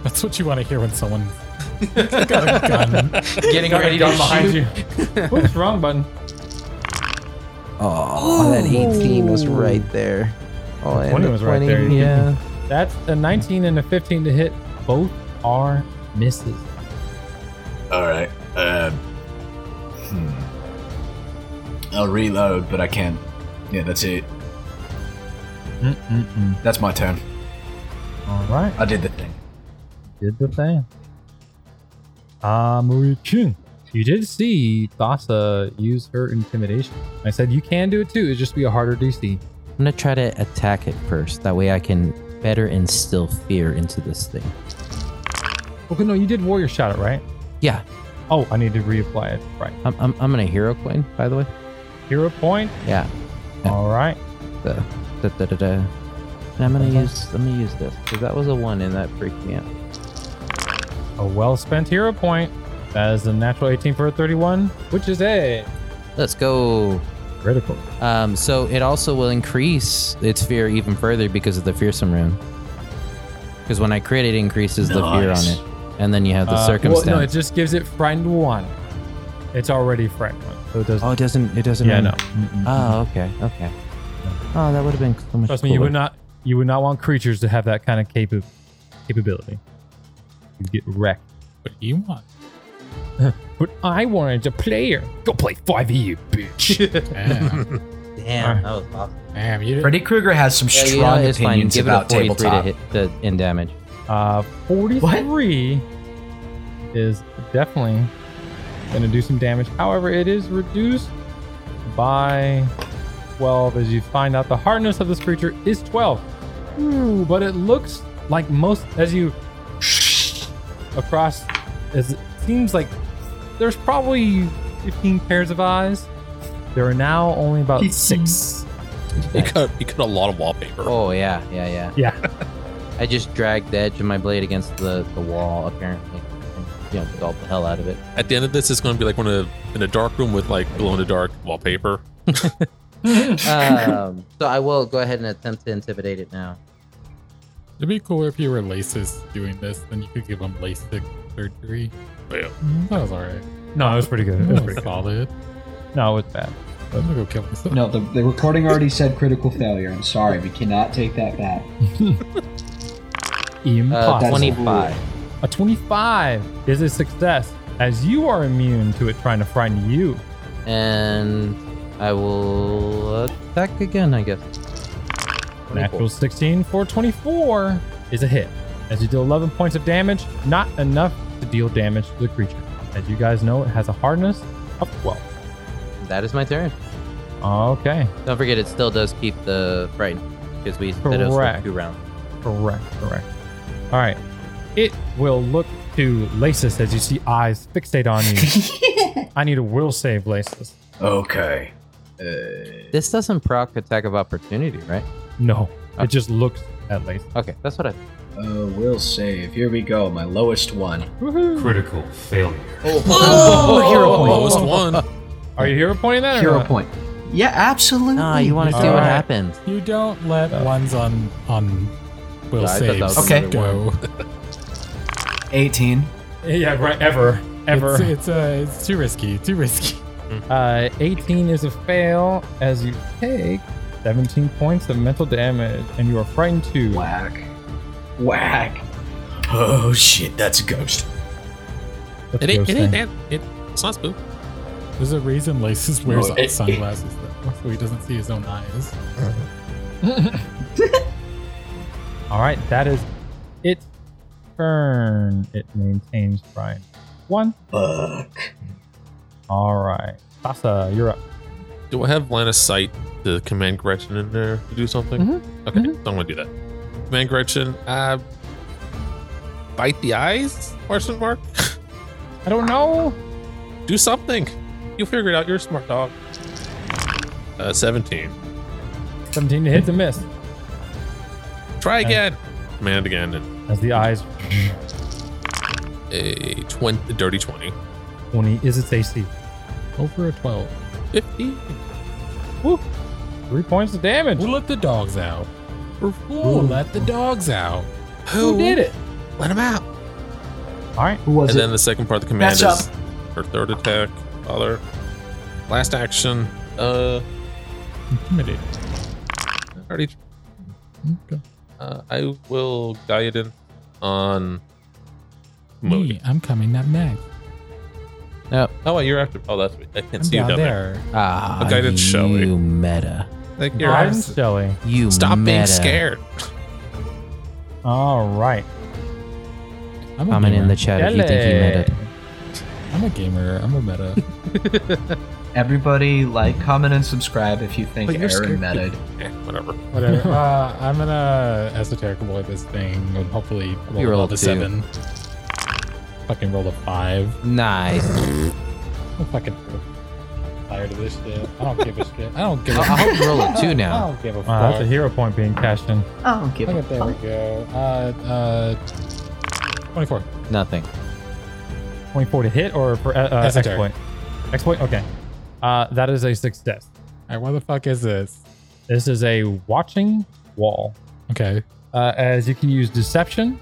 Speaker 3: That's what you want to hear when someone got a gun.
Speaker 5: Getting ready to
Speaker 4: behind you. Oops, wrong button.
Speaker 5: Oh, that 18 was right there. Oh, and
Speaker 4: 20
Speaker 5: the
Speaker 4: was right there.
Speaker 5: Yeah.
Speaker 4: That's a 19 and a 15 to hit. Both are misses.
Speaker 8: All right. Uh, hmm. I'll reload, but I can't. Yeah, that's it.
Speaker 4: Mm-mm-mm.
Speaker 8: That's my turn.
Speaker 4: All right.
Speaker 8: I did the thing.
Speaker 4: did the thing. Ah, Murikin. You did see Thassa use her intimidation. I said you can do it too. It'd just be a harder DC.
Speaker 5: I'm gonna try to attack it first. That way I can better instill fear into this thing.
Speaker 4: Okay, no, you did warrior shot it, right?
Speaker 5: Yeah.
Speaker 4: Oh, I need to reapply it. Right.
Speaker 5: I'm, I'm, I'm gonna hero coin, by the way.
Speaker 4: Hero point.
Speaker 5: Yeah.
Speaker 4: All right.
Speaker 5: The, da, da, da, da. And I'm gonna use I'm gonna use this because that was a one and that freaked me out.
Speaker 4: A well spent hero point. That is a natural 18 for a 31, which is a
Speaker 5: Let's go.
Speaker 4: Critical.
Speaker 5: Um, so it also will increase its fear even further because of the fearsome rune. Because when I crit, it increases the
Speaker 8: Nice.
Speaker 5: fear on it, and then you have the
Speaker 4: Uh,
Speaker 5: circumstance.
Speaker 4: Well, no, it just gives it friend one. It's already friend one, so it doesn't.
Speaker 5: oh, it doesn't. It doesn't.
Speaker 4: yeah,
Speaker 5: run-
Speaker 4: no. Mm-hmm.
Speaker 5: Oh, okay, okay. Oh, that would have been so much.
Speaker 4: Trust me, you
Speaker 5: cooler.
Speaker 4: would not. You would not want creatures to have that kind of capa- capability. You get wrecked.
Speaker 3: What do you want?
Speaker 4: But I wanted to play her. Go play 5e, you bitch.
Speaker 3: Damn,
Speaker 5: Damn, that was awesome.
Speaker 3: damn you didn't
Speaker 8: Freddy Krueger has some
Speaker 5: Yeah, you know,
Speaker 8: strong
Speaker 5: it's fine.
Speaker 8: opinions
Speaker 5: Give it a
Speaker 8: about
Speaker 5: 43 to
Speaker 8: tabletop.
Speaker 5: hit the in damage.
Speaker 4: uh, 43 is definitely going to do some damage. However, it is reduced by 12 as you find out the hardness of this creature is 12. Ooh, but it looks like most, as you across, as it seems like there's probably 15 pairs of eyes. There are now only about
Speaker 2: six.
Speaker 6: You cut, you cut a lot of wallpaper.
Speaker 5: Oh yeah, yeah, yeah.
Speaker 4: Yeah.
Speaker 5: I just dragged the edge of my blade against the, the wall, apparently, and you know, dulled the hell out of it.
Speaker 6: At the end of this, it's going to be like one of in a dark room with like glow in the dark wallpaper.
Speaker 5: um, so I will go ahead and attempt to intimidate it now.
Speaker 3: It'd be cooler if you were Laces doing this, then you could give him LASIK surgery. Mm,
Speaker 6: Yeah.
Speaker 3: That was alright.
Speaker 4: No, it was pretty good. It was
Speaker 3: That
Speaker 4: pretty
Speaker 3: was
Speaker 4: good.
Speaker 3: solid.
Speaker 4: No, it was bad.
Speaker 3: I'm gonna go kill myself.
Speaker 2: No, the, the recording already said critical failure. I'm sorry, we cannot take that back.
Speaker 5: Uh,
Speaker 4: Impossible.
Speaker 2: That's-
Speaker 5: Twenty-five.
Speaker 4: A 25 is a success, as you are immune to it trying to frighten you.
Speaker 5: and I will attack again, I guess.
Speaker 4: Natural 16 for 24 is a hit, as you deal 11 points of damage, not enough to deal damage to the creature. As you guys know, it has a hardness of 12.
Speaker 5: That is my turn.
Speaker 4: Okay,
Speaker 5: Don't forget, it still does keep the fright because we said it was for
Speaker 4: Correct.
Speaker 5: two rounds.
Speaker 4: correct, correct. All right, it will look to Lasis as you see eyes fixate on you. I need a will save, Lasis.
Speaker 8: Okay.
Speaker 5: This doesn't proc attack of opportunity, right?
Speaker 4: No, it just looks at Lasis.
Speaker 5: Okay, that's what I.
Speaker 2: Oh,
Speaker 8: Uh, will save. Here we go. My lowest one.
Speaker 7: Critical failure.
Speaker 6: Oh, hero point. Almost one.
Speaker 4: Are you hero pointing that? or
Speaker 2: Hero
Speaker 4: not?
Speaker 2: point. Yeah, absolutely.
Speaker 5: No, Ah, you want to see
Speaker 4: All
Speaker 5: what
Speaker 4: right.
Speaker 5: happens.
Speaker 3: You don't let ones on on will
Speaker 5: Oh. Yeah, I thought that
Speaker 3: saves
Speaker 5: was
Speaker 8: Okay.
Speaker 5: another one.
Speaker 3: go.
Speaker 8: 18.
Speaker 4: Yeah, right. Ever, ever.
Speaker 3: It's, it's, uh, it's too risky. Too risky.
Speaker 4: Uh, 18 is a fail as you take 17 points of mental damage and you are frightened too.
Speaker 8: Whack. Whack. Oh shit, that's a ghost.
Speaker 4: That's
Speaker 6: It ain't,
Speaker 4: gross
Speaker 6: it ain't
Speaker 4: thing.
Speaker 6: that. It, it's not spook.
Speaker 3: There's a reason Laces wears
Speaker 8: No, it-
Speaker 3: sunglasses though, so he doesn't see his own eyes.
Speaker 4: All right, that is its turn. It maintains Brian. One.
Speaker 8: Fuck.
Speaker 4: All right. Sasa, you're up.
Speaker 6: Do I have line of sight to command Gretchen in there to do something? Okay, so I'm gonna do that. Command Gretchen, uh, bite the eyes? Question mark.
Speaker 4: I don't know.
Speaker 6: Do something. You'll figure it out. You're a smart dog. Uh, 17.
Speaker 4: 17 to hit to miss
Speaker 6: Try again. Command again and
Speaker 4: as the eyes.
Speaker 6: a 20, dirty 20.
Speaker 4: 20 is its AC.
Speaker 3: Over a twelve.
Speaker 6: 50.
Speaker 4: Woo. Three points of damage.
Speaker 3: Who let the dogs out? Who let the dogs out?
Speaker 4: Who did it?
Speaker 6: Let him out.
Speaker 4: All right.
Speaker 2: Who was
Speaker 6: and
Speaker 2: it?
Speaker 6: then the second part of the command
Speaker 8: Match
Speaker 6: is her third attack, other, last action. Uh,
Speaker 3: Intimidated.
Speaker 6: already.
Speaker 3: Okay.
Speaker 6: Uh, I will guidance on. Moody.
Speaker 3: Me, I'm coming up next.
Speaker 6: Oh, wait, you're after. Oh, that's right. I can't
Speaker 3: I'm
Speaker 6: see you
Speaker 3: down,
Speaker 6: down there.
Speaker 3: there.
Speaker 5: Ah,
Speaker 6: Okay, that's Shelly.
Speaker 5: you meta.
Speaker 6: Like, you're
Speaker 4: Brian
Speaker 6: after-
Speaker 4: Shelley.
Speaker 5: You
Speaker 6: Stop
Speaker 5: meta.
Speaker 6: being scared.
Speaker 4: All right.
Speaker 3: I'm a
Speaker 5: Comment in
Speaker 3: gamer.
Speaker 5: the chat if you think you
Speaker 4: Shelley.
Speaker 5: meta.
Speaker 3: I'm a gamer. I'm a meta.
Speaker 2: Everybody, like, comment, and subscribe if you think
Speaker 6: But you're
Speaker 2: Aaron
Speaker 6: scared.
Speaker 2: meted.
Speaker 6: Eh, whatever.
Speaker 3: Whatever. uh, I'm gonna esoteric boy this thing and hopefully roll,
Speaker 5: You rolled
Speaker 3: a
Speaker 5: a two.
Speaker 3: seven. Fucking roll a five.
Speaker 5: Nice.
Speaker 3: I'm fucking tired of this shit. I don't give a shit. I don't give a
Speaker 5: I I hope you roll a two
Speaker 3: I
Speaker 5: now.
Speaker 3: don't give a fuck.
Speaker 4: Wow, that's a hero point being cashed in.
Speaker 2: I don't give
Speaker 3: Look at there we go. Uh, uh, 24.
Speaker 5: Nothing.
Speaker 4: 24 to hit or for uh, uh,
Speaker 3: That's a
Speaker 4: X
Speaker 3: turn.
Speaker 4: point? X point? Okay. Uh, that is a success.
Speaker 8: right, what the fuck is this?
Speaker 4: This is a watching wall.
Speaker 8: Okay.
Speaker 4: uh, as you can use deception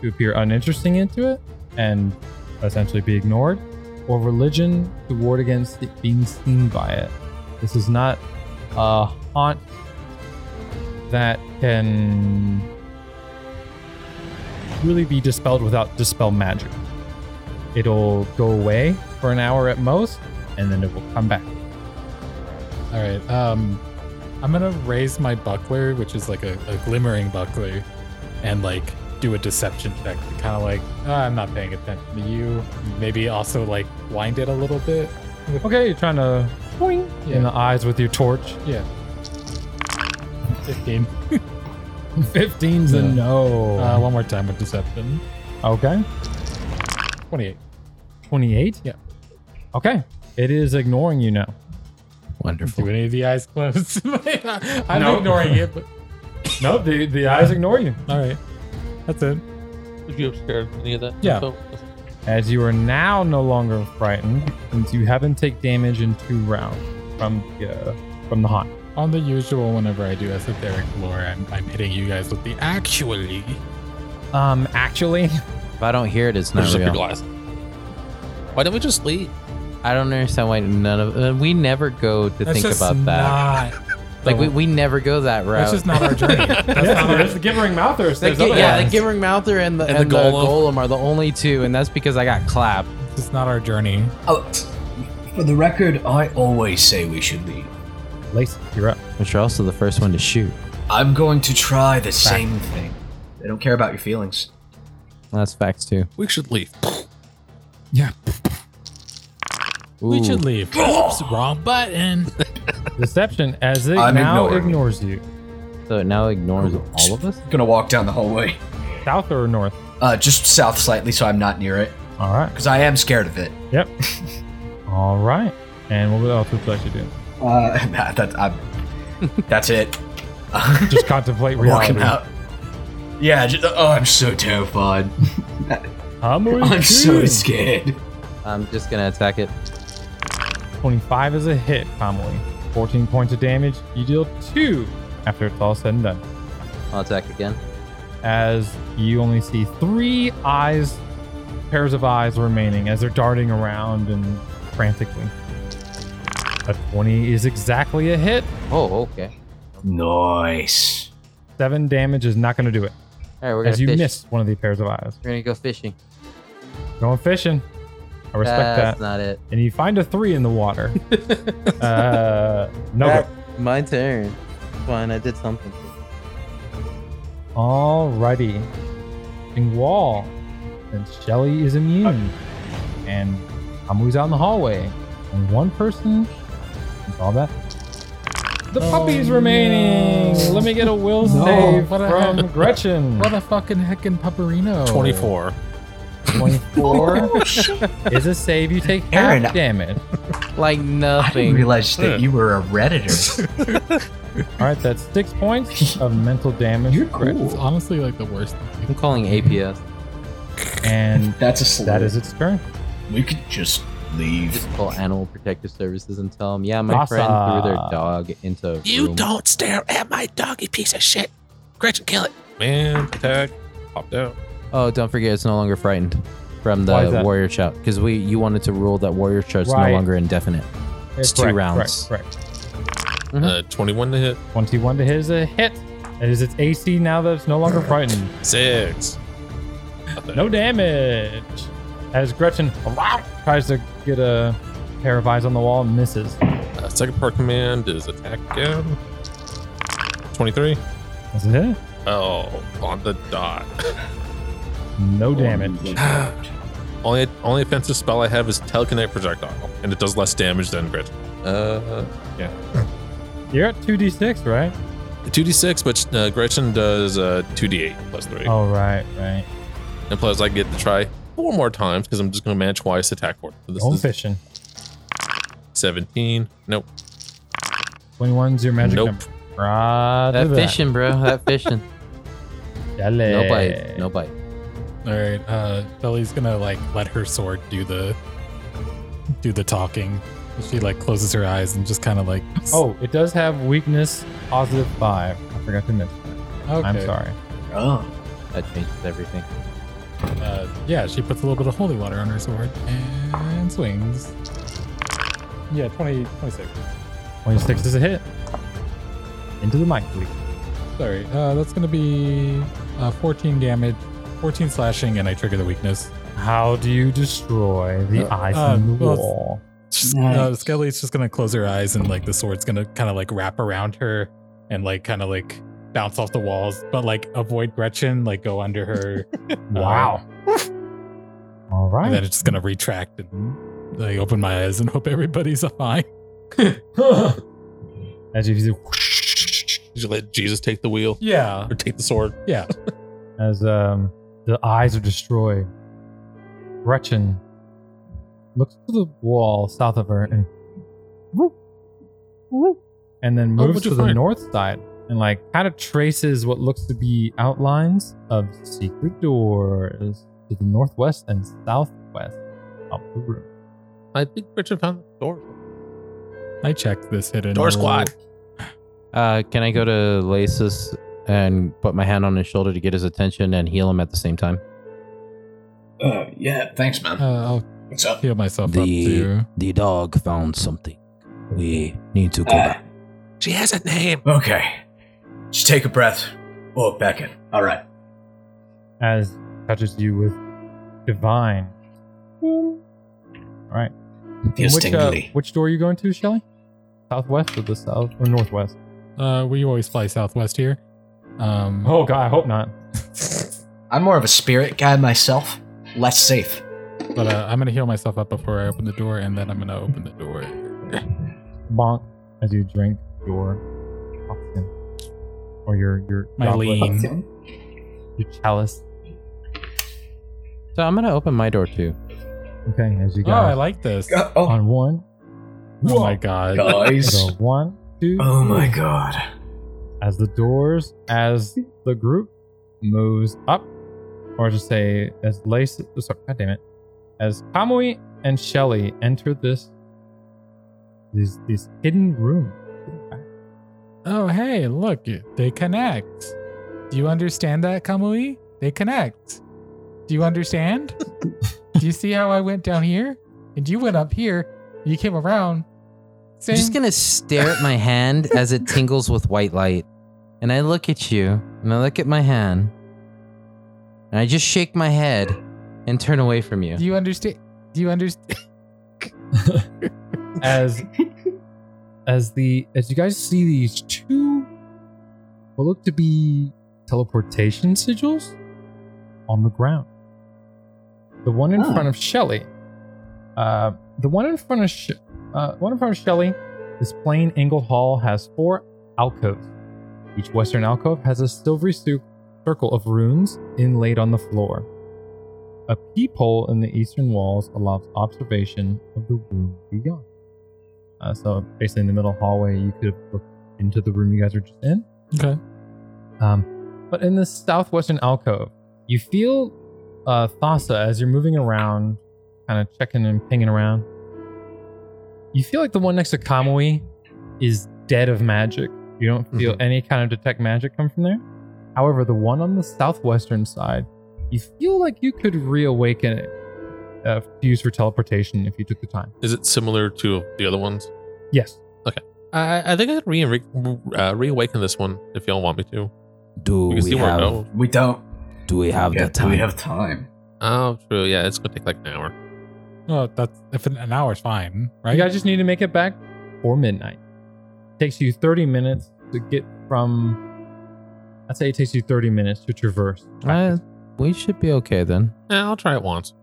Speaker 4: to appear uninteresting into it and essentially be ignored, or religion to ward against it being seen by it. This is not a haunt that can really be dispelled without dispel magic. It'll go away for an hour at most, and then it will come back.
Speaker 8: All right. Um, I'm gonna raise my buckler, which is like a, a glimmering buckler, and like do a deception check to kind of like "Ah, I'm not paying attention to you. Maybe also like blind it a little bit.
Speaker 4: Okay, you're trying to boing in
Speaker 8: Yeah.
Speaker 4: the eyes with your torch.
Speaker 8: Yeah. Fifteen.
Speaker 4: 15's a
Speaker 8: Yeah.
Speaker 4: no.
Speaker 8: Uh, one more time with deception.
Speaker 4: okay.
Speaker 8: Twenty-eight.
Speaker 4: 28?
Speaker 8: Yeah.
Speaker 4: Okay. It is ignoring you now.
Speaker 5: Wonderful.
Speaker 8: Do any of the eyes close? I'm
Speaker 4: No.
Speaker 8: ignoring it. But,
Speaker 4: No, the, the eyes ignore you.
Speaker 8: all right. That's it.
Speaker 6: Did you upstairs any of that?
Speaker 4: Yeah.
Speaker 6: info?
Speaker 4: As you are now no longer frightened, since you haven't take damage in two rounds from the, uh, from the haunt.
Speaker 8: On the usual, whenever I do esoteric lore, I'm, I'm hitting you guys with the actually.
Speaker 4: Um, actually,
Speaker 5: If I don't hear it, it's not
Speaker 6: There's a big
Speaker 5: real. Oh,
Speaker 6: glass. Why don't we just leave?
Speaker 5: I don't understand why none of uh, we never go to think about that.
Speaker 8: uh,
Speaker 5: Like we, we never go that route.
Speaker 8: That's just not our journey. That's not our,
Speaker 4: there's the Gibbering Mouth or
Speaker 5: The
Speaker 4: there's
Speaker 5: gi-
Speaker 4: other
Speaker 5: yeah,
Speaker 4: ones.
Speaker 5: the Gibbering Mouther and the,
Speaker 6: And
Speaker 5: and
Speaker 6: the
Speaker 5: the,
Speaker 6: Golem.
Speaker 5: golem. are the only two, and that's because I got clapped.
Speaker 8: it's just not our journey.
Speaker 2: Oh, for the record, I always say we should leave.
Speaker 4: Lacey, you're up.
Speaker 5: But you're also the first one to shoot.
Speaker 2: I'm going to try the same thing. They don't care about your feelings.
Speaker 5: That's facts too.
Speaker 6: We should leave.
Speaker 8: We
Speaker 5: Ooh.
Speaker 8: should leave. Oops, wrong button.
Speaker 4: Deception, as it
Speaker 2: I'm
Speaker 4: now
Speaker 2: ignoring.
Speaker 4: ignores you.
Speaker 5: So it now ignores all of us.
Speaker 2: gonna walk down the hallway.
Speaker 4: South or north?
Speaker 2: Uh, just south slightly so I'm not near it.
Speaker 4: All right.
Speaker 2: Because I am scared of it.
Speaker 4: Yep. all right. And what else would you like to do?
Speaker 2: Uh, nah, that, I'm, that's it.
Speaker 4: Just contemplate reality.
Speaker 2: Walking out. Yeah, just, oh, I'm so terrified.
Speaker 4: I'm,
Speaker 2: I'm so
Speaker 4: intrigued.
Speaker 2: scared.
Speaker 5: I'm just gonna attack it.
Speaker 4: 25 is a hit, Commonly, 14 points of damage. You deal two after it's all said and done.
Speaker 5: I'll attack again.
Speaker 4: As you only see three eyes, pairs of eyes remaining as they're darting around and frantically. A 20 is exactly a hit.
Speaker 5: Oh, okay.
Speaker 2: Nice.
Speaker 4: Seven damage is not going to do it.
Speaker 5: All right, we're gonna
Speaker 4: As you
Speaker 5: fish.
Speaker 4: miss one of the pairs of eyes.
Speaker 5: We're gonna go fishing.
Speaker 4: Going fishing. I respect
Speaker 5: That's
Speaker 4: that.
Speaker 5: not it.
Speaker 4: and you find a three in the water. uh, no.
Speaker 5: That-
Speaker 4: go.
Speaker 5: My turn. Fine, I did something.
Speaker 4: Alrighty. And wall. And Shelly is immune. And Amu's out in the hallway. And one person. That's all that. The puppy's remaining. Let me get a will save
Speaker 8: Oh, What a-
Speaker 4: from Gretchen.
Speaker 8: What a fucking heckin' pepperino.
Speaker 6: 24.
Speaker 4: 24 is a save. You take half
Speaker 2: Aaron, I-
Speaker 4: damage.
Speaker 5: Like
Speaker 2: I didn't
Speaker 5: nothing.
Speaker 2: realize that you were a redditor.
Speaker 4: All right, that's six points of mental damage.
Speaker 2: You're
Speaker 4: Gretchen.
Speaker 8: It's honestly like the worst.
Speaker 5: I'm calling APS.
Speaker 4: And
Speaker 2: That's a slur.
Speaker 4: that is its turn.
Speaker 2: We could just leave.
Speaker 5: Just call Animal Protective Services and tell them, yeah, my
Speaker 4: Massa.
Speaker 5: friend threw their dog into. a room."
Speaker 6: don't stare at my dog, you piece of shit. Gretchen, kill it. Man, attack. Pop down.
Speaker 5: Oh, don't forget, it's no longer frightened from
Speaker 4: Why is
Speaker 5: the
Speaker 4: that?
Speaker 5: warrior shout because we you wanted to rule that warrior shout's
Speaker 4: Right.
Speaker 5: no longer indefinite. It's two
Speaker 4: Correct,
Speaker 5: rounds.
Speaker 4: Correct, correct.
Speaker 5: Mhm.
Speaker 6: Uh, 21 to hit.
Speaker 4: 21 to hit is a hit. It is its AC now that it's no longer frightened.
Speaker 6: Six.
Speaker 4: No damage. As Gretchen tries to get a pair of eyes on the wall and misses.
Speaker 6: Uh, second part command is attack again. 23.
Speaker 4: That's a hit.
Speaker 6: Oh, on the dot.
Speaker 4: No damage.
Speaker 6: only only offensive spell I have is telekinetic projectile, and it does less damage than Gretchen. Uh,
Speaker 4: You're at 2d6, right?
Speaker 6: 2d6, but uh, Gretchen does uh, 2d8 plus 3.
Speaker 4: Oh, right, right.
Speaker 6: And plus, I get to try four more times because I'm just going to manage twice attack order. So this
Speaker 4: Home
Speaker 6: is
Speaker 4: fishing.
Speaker 6: 17. Nope.
Speaker 4: 21's your magic
Speaker 6: Nope.
Speaker 4: number. Right.
Speaker 5: That
Speaker 4: to
Speaker 5: fishing, bro. That fishing.
Speaker 4: Dale.
Speaker 5: no bite. No bite.
Speaker 8: All right. Uh, Belly's gonna like let her sword do the do the talking. She like closes her eyes and just kind of like.
Speaker 4: Oh, it does have weakness positive five. I forgot to mention.
Speaker 8: okay.
Speaker 4: I'm sorry.
Speaker 10: Oh,
Speaker 5: That changes everything.
Speaker 8: Uh, yeah, she puts a little bit of holy water on her sword and swings. Yeah, 20, 26.
Speaker 4: 26 is a hit. Into the mic, please.
Speaker 8: Sorry. Uh, that's going to be uh, 14 damage, 14 slashing, and I trigger the weakness.
Speaker 4: How do you destroy the eyes
Speaker 8: uh,
Speaker 4: in the
Speaker 8: well, it's-
Speaker 4: wall?
Speaker 8: Just,
Speaker 10: Nice.
Speaker 8: uh, Skelly's just gonna close her eyes and like the sword's gonna kind of like wrap around her and like kind of like bounce off the walls, but like avoid Gretchen, like go under her. uh,
Speaker 4: Wow. All
Speaker 8: and then
Speaker 4: right.
Speaker 8: it's just gonna retract and like open my eyes and hope everybody's fine.
Speaker 4: As you do,
Speaker 6: Did you let Jesus take the wheel
Speaker 8: Yeah.
Speaker 6: or take the sword?
Speaker 8: Yeah.
Speaker 4: as um, the eyes are destroyed, Gretchen looks to the wall south of her and, whoop, whoop, and then
Speaker 6: Oh,
Speaker 4: moves
Speaker 6: what'd
Speaker 4: to
Speaker 6: you
Speaker 4: the
Speaker 6: find?
Speaker 4: north side and like kind of traces what looks to be outlines of secret doors to the northwest and southwest of the room.
Speaker 6: I think Gretchen found the door.
Speaker 8: I checked this hidden
Speaker 6: Door squad.
Speaker 5: Uh, can I go to Lasis and put my hand on his shoulder to get his attention and heal him at the same time?
Speaker 2: Uh, yeah, thanks,
Speaker 8: Uh,
Speaker 2: man.
Speaker 8: I'll
Speaker 2: What's up?
Speaker 8: heal myself up
Speaker 5: The-
Speaker 8: too.
Speaker 5: The dog found something. We need to go
Speaker 4: Eh.
Speaker 2: Ah.
Speaker 5: back.
Speaker 6: She has a name.
Speaker 2: Okay. Just take a breath. Oh, back in. All right.
Speaker 4: as touches you with divine. All right.
Speaker 2: Feels
Speaker 4: which, uh,
Speaker 2: tingly.
Speaker 4: which door are you going to, Shelly? Southwest or the south or northwest?
Speaker 8: Uh, we always fly southwest here. Um,
Speaker 4: Oh god, I hope not.
Speaker 2: I'm more of a spirit guy myself. Less safe.
Speaker 8: But uh, I'm gonna heal myself up before I open the door, and then I'm gonna open the door.
Speaker 4: Bonk as you drink your toxin or your your
Speaker 8: My
Speaker 4: droplet, Um,
Speaker 8: lean.
Speaker 4: your chalice.
Speaker 5: So I'm gonna open my door too.
Speaker 4: Okay, as you
Speaker 8: Oh, I
Speaker 4: guys
Speaker 8: like this.
Speaker 2: Uh, oh.
Speaker 4: on one,
Speaker 8: Oh my god.
Speaker 2: Guys.
Speaker 4: go one, two.
Speaker 2: Oh my god.
Speaker 4: as the doors, as the group moves up, or just say as Lace, oh, sorry, god damn it, as Kamui and Shelly enter this these these hidden room.
Speaker 8: Oh hey, look, they connect. Do you understand that, Kamui? They connect. Do you understand? Do you see how I went down here and you went up here? You came around.
Speaker 5: I'm
Speaker 8: Same.
Speaker 5: just gonna stare at my hand as it tingles with white light. And I look at you, and I look at my hand, and I just shake my head and turn away from you.
Speaker 8: Do you understand? Do you understand?
Speaker 4: As as the as you guys see these two what look to be teleportation sigils on the ground. The one in
Speaker 10: Ah.
Speaker 4: front of Shelly. Uh, the one in front of Sh- uh, one in front of Shelly. This plain angled hall has four alcoves. Each western alcove has a silvery su- circle of runes inlaid on the floor. A peephole in the eastern walls allows observation of the room beyond. Uh, so basically, in the middle hallway, you could have looked into the room you guys are just in.
Speaker 8: okay.
Speaker 4: Um, but in this southwestern alcove, you feel uh, Thassa as you're moving around, kind of checking and pinging around. You feel like the one next to Kamui is dead of magic. You don't feel any kind of detect magic come from there. However, the one on the southwestern side, you feel like you could reawaken it uh, to use for teleportation if you took the time.
Speaker 6: Is it similar to the other ones?
Speaker 4: Yes.
Speaker 6: I, I think I could re- uh, reawaken this one if y'all want me to.
Speaker 5: Do
Speaker 6: Because you won't know.
Speaker 2: We don't.
Speaker 5: Do we have
Speaker 2: Yeah, do We have time.
Speaker 6: Oh, true. Yeah, it's gonna take like an hour.
Speaker 8: Oh, that's if an, an hour's fine, right?
Speaker 4: You guys just need to make it back for midnight. takes you 30 minutes to get from. I'd say it takes you 30 minutes to traverse.
Speaker 5: Uh, we should be okay then.
Speaker 6: Yeah, I'll try it once.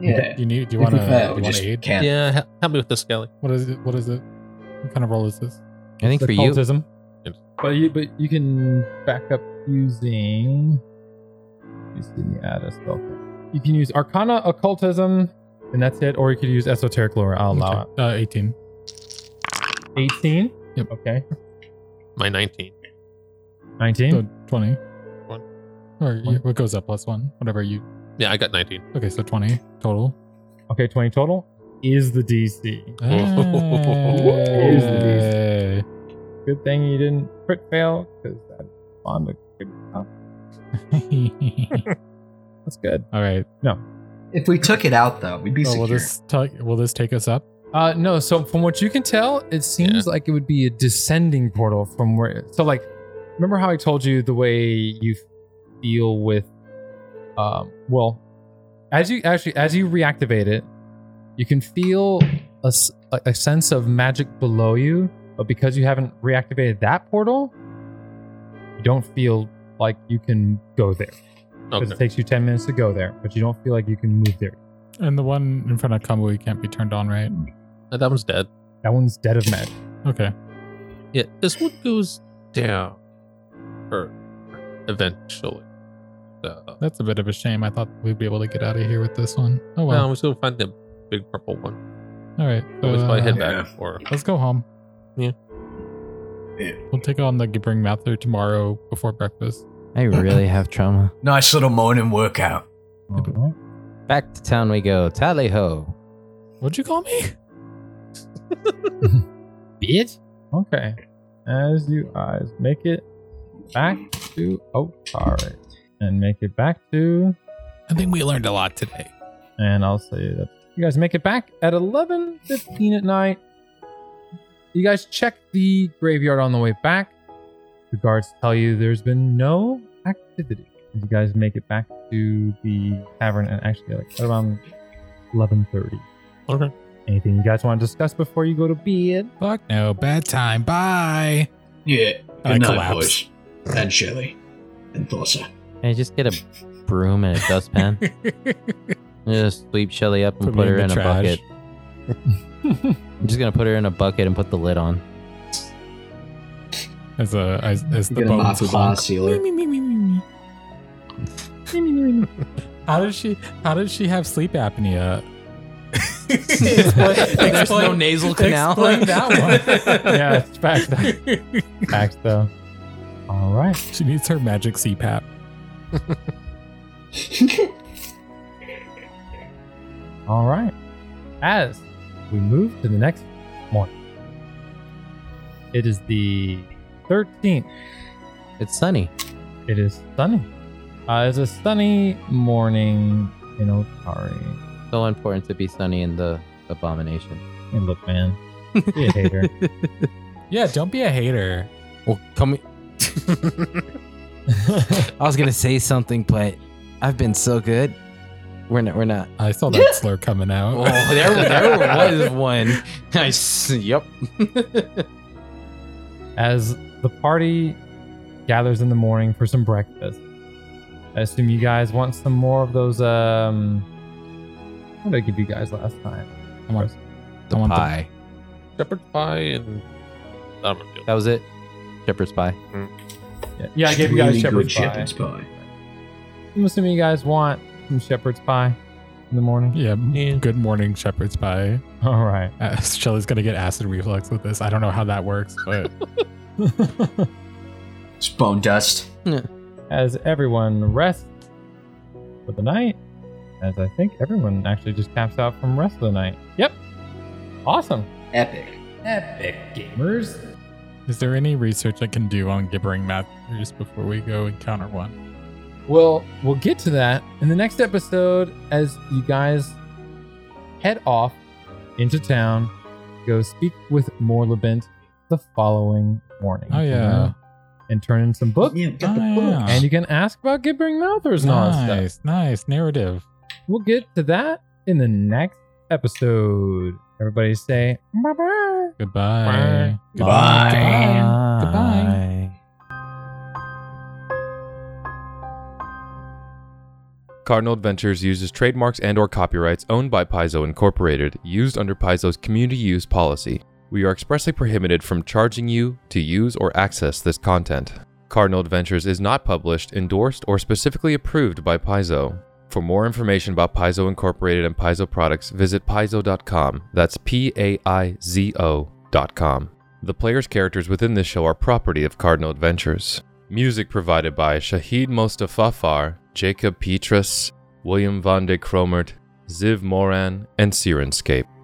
Speaker 8: You need. Do you
Speaker 10: If
Speaker 8: want
Speaker 10: we
Speaker 8: to?
Speaker 10: fail,
Speaker 8: You
Speaker 10: we
Speaker 8: want
Speaker 2: just
Speaker 8: to aid?
Speaker 2: can't.
Speaker 6: Yeah, he- help me with this, Skelly.
Speaker 8: What is it? What is it? What kind of roll is this?
Speaker 5: I think
Speaker 4: The
Speaker 5: for you,
Speaker 4: cultism.
Speaker 6: Yep.
Speaker 4: But you, but you can back up using. You see me add a spell. You can use Arcana Occultism, and that's it. Or you could use Esoteric Lore. I'll allow
Speaker 8: Okay. Uh, 18.
Speaker 4: it. 18.
Speaker 8: Yep.
Speaker 4: Okay.
Speaker 6: My 19.
Speaker 4: 19.
Speaker 8: So 20.
Speaker 6: One.
Speaker 8: Or you- what goes up plus one, whatever you.
Speaker 6: Yeah, I got 19.
Speaker 8: Okay, so 20 total.
Speaker 4: okay, 20 total. is the DC.
Speaker 3: Hey.
Speaker 4: Good thing you didn't crit fail because that's on the good count. That's good.
Speaker 3: All right.
Speaker 8: If we took it out though, we'd be
Speaker 3: So will
Speaker 8: secure.
Speaker 3: this ta- will this take us up?
Speaker 4: Uh, no, so from what you can tell, it seems like it would be a descending portal from where. So, like, remember how I told you the way you feel with, um, well, as you actually as you reactivate it, you can feel a s- a- a sense of magic below you, but because you haven't reactivated that portal, you don't feel like you can go there because it
Speaker 6: Okay.
Speaker 4: takes you ten minutes to go there, but you don't feel like you can move there.
Speaker 3: And the one in front of Kamui can't be turned on, right?
Speaker 6: Uh, That one's dead.
Speaker 4: That one's dead of magic.
Speaker 3: Okay.
Speaker 6: Yeah, this one goes down. Or eventually. So,
Speaker 3: That's a bit of a shame. I thought we'd be able to get out of here with this one. Oh
Speaker 6: well,
Speaker 3: well.
Speaker 6: we still find the big purple one.
Speaker 3: All right.
Speaker 6: So we probably
Speaker 3: uh,
Speaker 6: head back for
Speaker 3: Let's go home.
Speaker 6: Yeah.
Speaker 8: Yeah.
Speaker 3: We'll take on the Gibbering Mather tomorrow before breakfast.
Speaker 5: I really have trauma.
Speaker 8: Nice little morning workout.
Speaker 5: Back to town we go. Tally ho.
Speaker 3: What'd you call me?
Speaker 4: Bitch. Okay. As you eyes make it back to Otari and make it back to,
Speaker 3: I think we learned a lot today.
Speaker 4: and I'll say that you guys make it back at eleven fifteen at night. You guys check the graveyard on the way back. The guards tell you there's been no activity. As you guys make it back to the tavern, and actually like at around eleven thirty.
Speaker 6: Okay.
Speaker 4: Anything you guys want to discuss before you go to bed?
Speaker 3: Fuck no. Bedtime. Bye.
Speaker 2: Yeah.
Speaker 3: And I collapse.
Speaker 2: And Shelly. And Thorsa.
Speaker 5: Can I just get a broom and a dustpan? And just sweep Shelly up and
Speaker 3: Put
Speaker 5: put,
Speaker 3: me
Speaker 5: her
Speaker 3: in the
Speaker 5: in a
Speaker 3: trash.
Speaker 5: bucket. I'm just gonna put her in a bucket and put the lid on.
Speaker 3: As a as, as the
Speaker 2: Get him off
Speaker 3: bones
Speaker 2: claw
Speaker 3: of
Speaker 2: sealer.
Speaker 3: How does she how does she have sleep apnea?
Speaker 5: There's no nasal canal.
Speaker 3: Explain that one.
Speaker 4: yeah, it's facts. Facts though. All right.
Speaker 3: She needs her magic CPAP.
Speaker 4: All right. As we move to the next morning, it is the 13th.
Speaker 5: It's sunny.
Speaker 4: It is sunny. Uh, it's a sunny morning in Otari.
Speaker 5: So important to be sunny in the abomination.
Speaker 4: Hey, look, man. Be a hater.
Speaker 3: Yeah, don't be a hater.
Speaker 5: Well, come. I was gonna say something, but I've been so good. We're not. We're not.
Speaker 3: I saw that slur coming out.
Speaker 5: Oh, there, there was one. I s- yep.
Speaker 4: As the party gathers in the morning for some breakfast, I assume you guys want some more of those. Um, what did I give you guys last time?
Speaker 3: I want, I want the
Speaker 5: Pie.
Speaker 6: shepherd's pie and I don't know.
Speaker 5: That was it. Shepherd's pie.
Speaker 4: Yeah, yeah I gave you guys
Speaker 2: Really
Speaker 4: shepherd's
Speaker 2: good
Speaker 4: pie.
Speaker 2: shepherd's pie.
Speaker 4: I'm assuming you guys want some shepherd's pie in the morning.
Speaker 3: yeah, good morning, shepherd's pie.
Speaker 4: All right.
Speaker 3: Uh, Shelly's gonna get acid reflux with this. I don't know how that works, but
Speaker 8: It's bone dust.
Speaker 4: As everyone rests for the night, as I think everyone actually just taps out from rest of the night. Yep. Awesome.
Speaker 8: Epic.
Speaker 4: Gamers.
Speaker 3: is there any research I can do on gibbering Matthews before we go encounter one?
Speaker 4: Well, we'll get to that in the next episode as you guys head off into town, go speak with Morlabent the following morning.
Speaker 3: Oh yeah,
Speaker 4: And turn in some books.
Speaker 2: Yeah, got the
Speaker 3: Oh,
Speaker 2: book.
Speaker 3: yeah.
Speaker 4: And you can ask about Gibbering Mouthers and all that stuff.
Speaker 3: nice, nice narrative.
Speaker 4: We'll get to that in the next episode. Everybody say bye bye.
Speaker 3: Goodbye.
Speaker 6: Bye.
Speaker 3: Goodbye. Goodbye.
Speaker 5: Goodbye.
Speaker 11: Cardinal Adventures uses trademarks and or copyrights owned by Paizo Incorporated, used under Paizo's community use policy. We are expressly prohibited from charging you to use or access this content. Cardinal Adventures is not published, endorsed, or specifically approved by Paizo. For more information about Paizo Incorporated and Paizo products, visit paizo.com. That's P A I Z O.com. The player's characters within this show are property of Cardinal Adventures. Music provided by Shahid Mostafafar, Jacob Petrus, William von de Cromert, Ziv Moran, and Sirenscape.